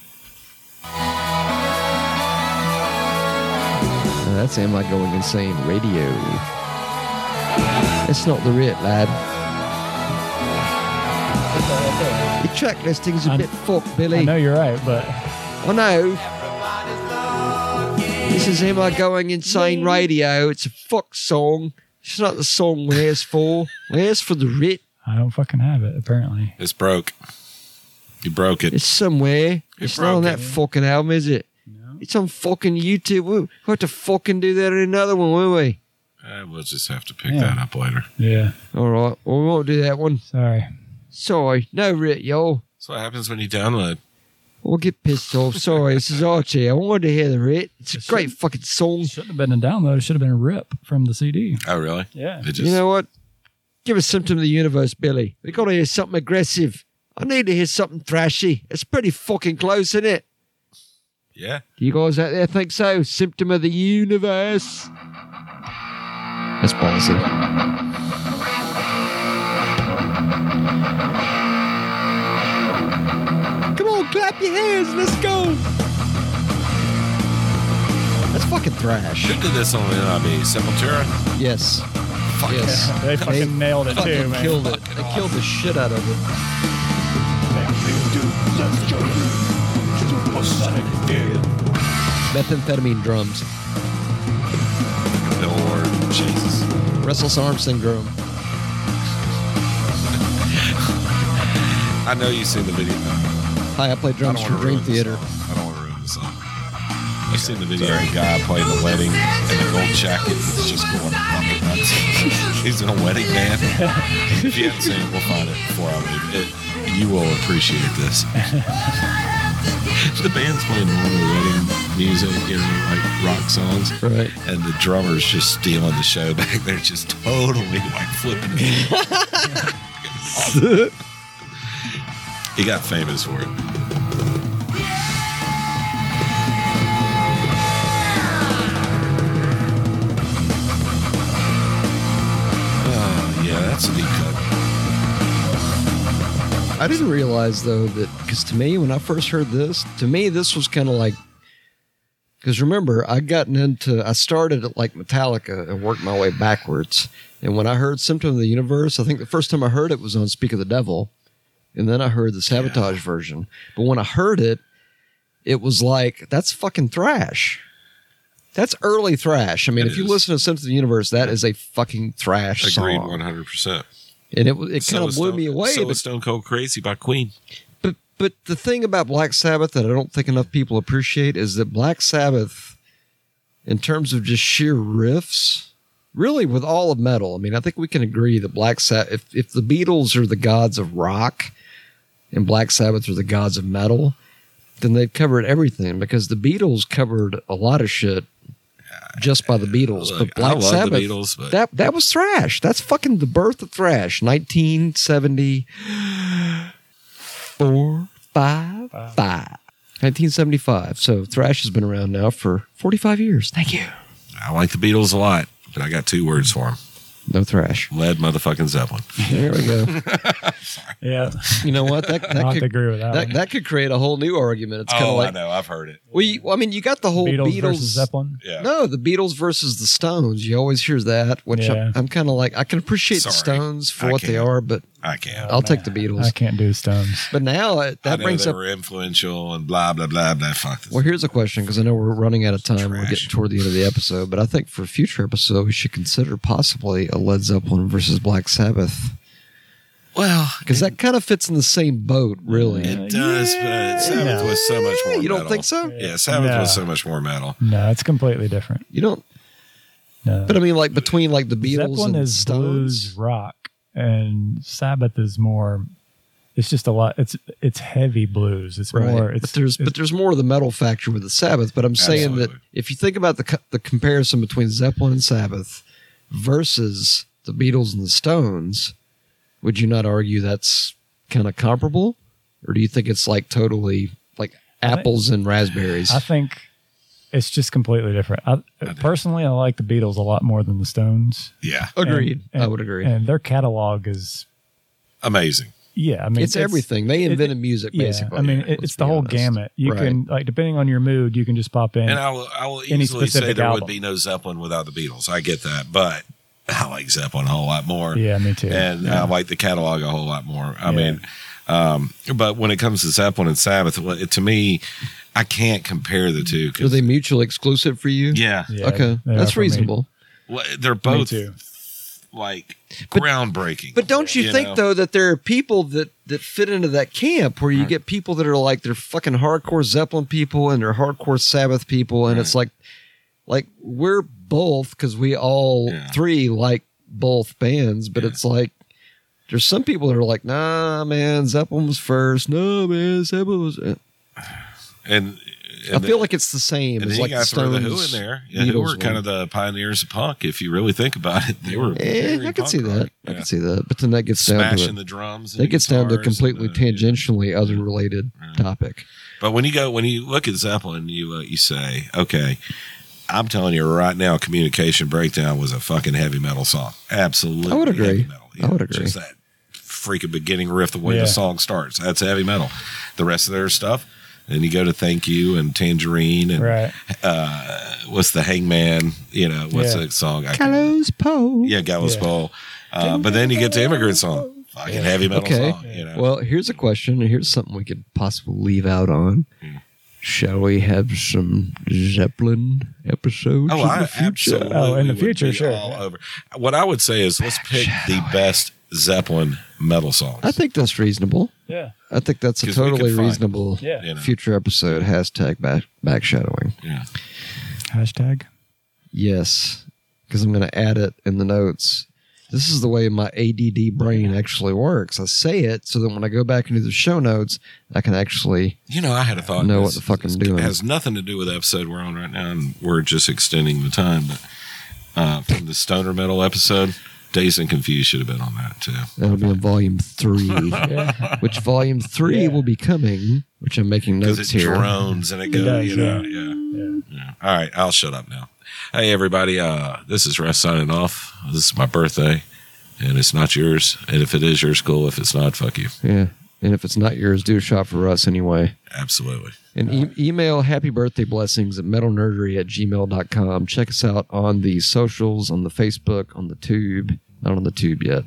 Speaker 1: Now that's am I going insane radio? It's not the writ, lad. Your track listing's a
Speaker 3: I'm-
Speaker 1: bit fucked,
Speaker 3: I
Speaker 1: Billy.
Speaker 3: know you're right, but
Speaker 1: I know. This is Am I Going Insane Radio. It's a fuck song. It's not the song we're here's for. We're here's for the writ.
Speaker 3: I don't fucking have it. Apparently,
Speaker 2: It's broke. You broke it.
Speaker 1: It's somewhere.
Speaker 2: You're
Speaker 1: It's, not on that
Speaker 2: broken.
Speaker 1: fucking album, is it? It's on fucking YouTube. We we have to fucking do that in another one, won't we?
Speaker 2: Uh, we'll just have to pick
Speaker 3: Yeah.
Speaker 2: that up later.
Speaker 3: yeah.
Speaker 1: All right. Well, we won't do that one.
Speaker 3: Sorry.
Speaker 1: Sorry. No writ, y'all.
Speaker 2: That's what happens when you download.
Speaker 1: We'll get pissed off. Sorry. This is Archie. I wanted to hear the writ. It's a great fucking song.
Speaker 3: Shouldn't have been a download. It should have been a rip from the CD.
Speaker 2: Oh, really?
Speaker 3: Yeah.
Speaker 2: It just,
Speaker 1: You know what? Give a symptom of the universe, Billy. We gotta hear something aggressive. I need to hear something thrashy. It's pretty fucking close, isn't it?
Speaker 2: yeah.
Speaker 1: Do you guys out there think so? Symptom of the universe. That's policy. Come on, clap your hands. Let's go. That's fucking thrash.
Speaker 2: Should do this on NIB. Sepultura.
Speaker 1: Yes. yes.
Speaker 3: They fucking nailed it too,
Speaker 1: fucking
Speaker 3: man.
Speaker 1: killed it. They killed the shit out of it. Methamphetamine drums.
Speaker 2: Lord Jesus.
Speaker 1: Restless arm syndrome.
Speaker 2: I know you've seen the video.
Speaker 1: Hi, I play
Speaker 2: I
Speaker 1: drums
Speaker 2: don't
Speaker 1: for
Speaker 2: want to
Speaker 1: Dream
Speaker 2: ruin the
Speaker 1: Theater.
Speaker 2: song. I don't want to ruin the song. You've seen the video of the guy playing the wedding in a gold jacket that's just going fucking nuts. He's in a wedding band. if you haven't seen it, we'll find it before I leave. It, you will appreciate this. the band's playing normal wedding music, you know, like rock songs.
Speaker 1: Right.
Speaker 2: And the drummer's just stealing the show back there, just totally like flipping it. he got famous for it. Oh, yeah, that's a deep cut.
Speaker 1: I didn't realize though that because to me, when I first heard this, to me this was kind of like Because remember, I gotten into I started at like Metallica and worked my way backwards. And when I heard Symptom of the Universe, I think the first time I heard it was on Speak of the Devil, and then I heard the Sabotage version. But when I heard it, it was like that's fucking thrash. That's early thrash. I mean,
Speaker 2: It
Speaker 1: if you
Speaker 2: is.
Speaker 1: listen to Symptom of the Universe, that is a fucking thrash
Speaker 2: Agreed,
Speaker 1: song.
Speaker 2: one hundred percent.
Speaker 1: And it it kind of blew me away.
Speaker 2: So
Speaker 1: but-
Speaker 2: is Stone Cold Crazy by Queen.
Speaker 1: but but the thing about Black Sabbath that I don't think enough people appreciate is that Black Sabbath, in terms of just sheer riffs, really with all of metal. I mean, I think we can agree that Black Sabbath, if if the Beatles are the gods of rock, and Black Sabbath are the gods of metal, then they've covered everything because the Beatles covered a lot of shit. Just by the Beatles,
Speaker 2: Look,
Speaker 1: but
Speaker 2: I
Speaker 1: Black
Speaker 2: love the
Speaker 1: Sabbath.
Speaker 2: Beatles, but-
Speaker 1: That that was thrash. That's fucking the birth of thrash. Nineteen seventy four, five, five. 1975. So thrash has been around now for 45 years. Thank you.
Speaker 2: I like the Beatles a lot, but I got two words for them:
Speaker 1: No thrash.
Speaker 2: lead motherfucking Zeppelin.
Speaker 1: There we go.
Speaker 3: Yeah.
Speaker 1: You know what? That
Speaker 3: I
Speaker 1: that
Speaker 3: have to
Speaker 1: could,
Speaker 3: agree with that.
Speaker 1: that,
Speaker 3: one.
Speaker 1: that could create a whole new argument. It's kind of
Speaker 2: oh, I
Speaker 1: like
Speaker 2: know. I've heard it.
Speaker 1: well, you, well, I mean, you got the whole
Speaker 3: Beatles,
Speaker 1: Beatles.
Speaker 3: versus Zeppelin.
Speaker 2: Yeah.
Speaker 1: No, the Beatles versus the Stones. You always hear that, which
Speaker 3: Yeah.
Speaker 1: I'm, I'm kind of like. I can appreciate the
Speaker 2: Sorry.
Speaker 1: Stones for
Speaker 2: I
Speaker 1: what they
Speaker 2: can't.
Speaker 1: are, but
Speaker 2: I can't.
Speaker 1: I'll take the
Speaker 3: I
Speaker 1: Beatles.
Speaker 3: can't do Stones.
Speaker 1: But now it,
Speaker 2: I
Speaker 1: Oh, that
Speaker 2: know
Speaker 1: brings
Speaker 2: they
Speaker 1: up
Speaker 2: were influential and blah blah blah blah. Fuck this.
Speaker 1: Well, here's a question because I know we're running out of time. We're
Speaker 2: Trash.
Speaker 1: getting toward the end of the episode, but I think for a future episode, we should consider possibly a Led Zeppelin versus Black Sabbath
Speaker 2: Well,
Speaker 1: because that kind of fits in the same boat, really.
Speaker 2: it does, but Sabbath was so much more.
Speaker 1: you don't
Speaker 2: metal.
Speaker 1: think so?
Speaker 2: Yeah, Sabbath
Speaker 3: No.
Speaker 2: was so much more metal.
Speaker 3: No, it's completely different.
Speaker 1: You don't.
Speaker 3: No.
Speaker 1: But I mean, like between like the Beatles
Speaker 3: Zeppelin
Speaker 1: and
Speaker 3: is
Speaker 1: Stones,
Speaker 3: blues rock, and Sabbath is more. It's just a lot. It's it's heavy blues. It's
Speaker 1: right?
Speaker 3: more.
Speaker 1: but
Speaker 3: It's
Speaker 1: there's
Speaker 3: it's,
Speaker 1: but there's more of the metal factor with the Sabbath. But I'm saying that
Speaker 2: Absolutely.
Speaker 1: if you think about the co- the comparison between Zeppelin and Sabbath versus the Beatles and the Stones, would you not argue that's kind of comparable, or do you think it's like totally like apples and raspberries?
Speaker 3: I think it's just completely different. I, personally, I like the Beatles a lot more than the Stones.
Speaker 2: Yeah,
Speaker 1: Agreed.
Speaker 3: And-
Speaker 1: I would agree.
Speaker 3: And their catalog is
Speaker 2: amazing.
Speaker 3: yeah. I mean,
Speaker 1: it's, everything. They
Speaker 3: it-
Speaker 1: invented music,
Speaker 3: Yeah,
Speaker 1: basically.
Speaker 3: I mean,
Speaker 1: Let's
Speaker 3: it, it's the
Speaker 1: be
Speaker 3: whole
Speaker 1: honest.
Speaker 3: gamut. You
Speaker 1: Right.
Speaker 3: can like depending on your mood, you can just pop in.
Speaker 2: And I will, I will
Speaker 3: Any
Speaker 2: easily say
Speaker 3: specific
Speaker 2: there
Speaker 3: album.
Speaker 2: would be no Zeppelin without the Beatles. I get that, but I like Zeppelin a whole lot more.
Speaker 3: yeah, me too.
Speaker 2: and I like the catalog a whole lot more. I
Speaker 3: Yeah.
Speaker 2: mean, um, but when it comes to Zeppelin and Sabbath, well, it, to me, I can't compare the two.
Speaker 1: Are
Speaker 2: 'cause-
Speaker 1: they mutually exclusive for you?
Speaker 2: yeah,
Speaker 3: Yeah,
Speaker 1: Okay,
Speaker 3: they are
Speaker 1: that's
Speaker 3: for me.
Speaker 1: reasonable.
Speaker 2: Well, they're
Speaker 3: Me
Speaker 2: both
Speaker 3: too.
Speaker 2: like
Speaker 1: But-
Speaker 2: groundbreaking.
Speaker 1: But don't you, think
Speaker 2: know?
Speaker 1: though that there are people that that fit into that camp where you get people that are like they're fucking hardcore Zeppelin people and they're hardcore Sabbath people, and it's like, like we're both because we all
Speaker 2: Yeah.
Speaker 1: three like both bands, but it's like. There's some people that are like, nah, man, Zeppelin was first. No, man, Zeppelin was. I
Speaker 2: And,
Speaker 1: feel
Speaker 2: and then-
Speaker 1: like it's the same.
Speaker 2: And
Speaker 1: It's
Speaker 2: then
Speaker 1: like
Speaker 2: you
Speaker 1: the
Speaker 2: got to throw the
Speaker 1: Stones,
Speaker 2: Who in there. Yeah, who
Speaker 1: Beatles
Speaker 2: were
Speaker 1: one.
Speaker 2: kind of the pioneers of punk, if you really think about it. They were.
Speaker 1: Eh,
Speaker 2: very
Speaker 1: I can see
Speaker 2: punk rock.
Speaker 1: that. I
Speaker 2: Yeah.
Speaker 1: can see that. But then that gets down to it.
Speaker 2: Smashing the drums. and
Speaker 1: that gets down to a
Speaker 2: guitars and
Speaker 1: completely
Speaker 2: the- yeah. Mm-hmm.
Speaker 1: tangentially other related topic.
Speaker 2: But when you go, when you look at Zeppelin, you uh, you say, okay, I'm telling you right now, Communication Breakdown was a fucking heavy metal song. Absolutely,
Speaker 1: I would agree.
Speaker 2: heavy metal.
Speaker 1: I would agree.
Speaker 2: Just that freaking beginning riff, the way
Speaker 3: Yeah.
Speaker 2: the song starts, that's heavy metal. The rest of their stuff, then you go to Thank You and Tangerine and
Speaker 3: Right.
Speaker 2: uh, what's the Hangman? You know, what's
Speaker 3: Yeah.
Speaker 2: that song? I can,
Speaker 1: Poe.
Speaker 2: yeah, Gallows
Speaker 3: Yeah.
Speaker 2: Bowl. Uh, but then you get to Immigrant Song, fucking heavy metal
Speaker 1: Okay.
Speaker 2: song. You know,
Speaker 1: Well, here's a question. and Here's something we could possibly leave out on.
Speaker 2: Hmm.
Speaker 1: Shall we have some Zeppelin episodes
Speaker 2: Oh,
Speaker 1: in
Speaker 2: I
Speaker 1: the future?
Speaker 2: absolutely.
Speaker 3: Oh, in the
Speaker 2: would
Speaker 3: future,
Speaker 2: be
Speaker 3: sure.
Speaker 2: all over. What I would say is let's pick the best Zeppelin metal songs.
Speaker 1: I think that's reasonable.
Speaker 3: Yeah.
Speaker 1: I think that's a
Speaker 2: 'Cause we could
Speaker 1: totally
Speaker 2: find-
Speaker 1: reasonable
Speaker 3: Yeah.
Speaker 2: You know.
Speaker 1: future episode. Hashtag back, backshadowing.
Speaker 2: yeah.
Speaker 3: Hashtag.
Speaker 1: Yes, because I'm going to add it in the notes. This is the way my ADD brain actually works. I say it so that when I go back into the show notes, I can actually.
Speaker 2: You know, I had a thought.
Speaker 1: Know what
Speaker 2: This-
Speaker 1: the fuck I'm
Speaker 2: this
Speaker 1: doing.
Speaker 2: has nothing to do with the episode we're on right now, and we're just extending the time. But uh, from the stoner metal episode, Days and Confused should have been on that too.
Speaker 1: That'll be in volume three, which volume three
Speaker 3: Yeah.
Speaker 1: will be coming, which I'm making
Speaker 2: Because
Speaker 1: notes
Speaker 2: it
Speaker 1: here.
Speaker 2: drones and it goes,
Speaker 3: does,
Speaker 2: you know, yeah. yeah. All right, I'll shut up now. Hey, everybody, uh, this is Russ signing off. This is my birthday, and it's not yours. And if it is yours, cool. If it's not, fuck you.
Speaker 1: Yeah. And if it's not yours, do a shot for us anyway.
Speaker 2: Absolutely.
Speaker 1: And e- email happy birthday blessings at metalnerdery at gmail.com. Check us out on the socials, on the Facebook, on the tube. Not on the tube yet.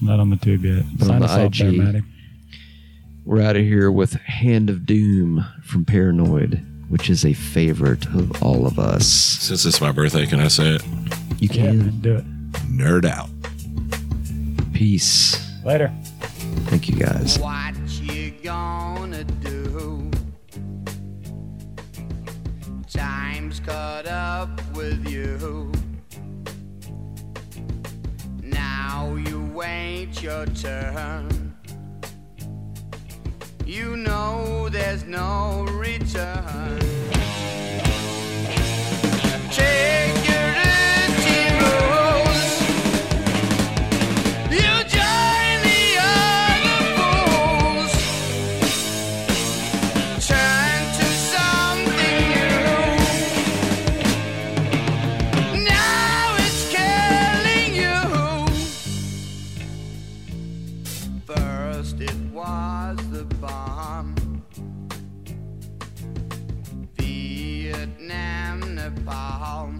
Speaker 3: Not on the tube yet.
Speaker 1: But on
Speaker 3: Sign
Speaker 1: the
Speaker 3: us off there,
Speaker 1: IG.
Speaker 3: Matty.
Speaker 1: We're out of here with Hand of Doom from Paranoid, which is a favorite of all of us.
Speaker 2: Since it's my birthday, can I say it?
Speaker 1: You
Speaker 3: Yeah,
Speaker 1: can.
Speaker 3: man, do it.
Speaker 2: Nerd out.
Speaker 1: Peace.
Speaker 3: Later.
Speaker 1: Thank you guys.
Speaker 11: What you gonna do? Time's caught up with you. Now you wait your turn. You know there's no return. Take your routine rules. You join the other fools. Turn to something new. Now it's killing you. First it was the bomb, Vietnam, Nepal.
Speaker 7: Oh,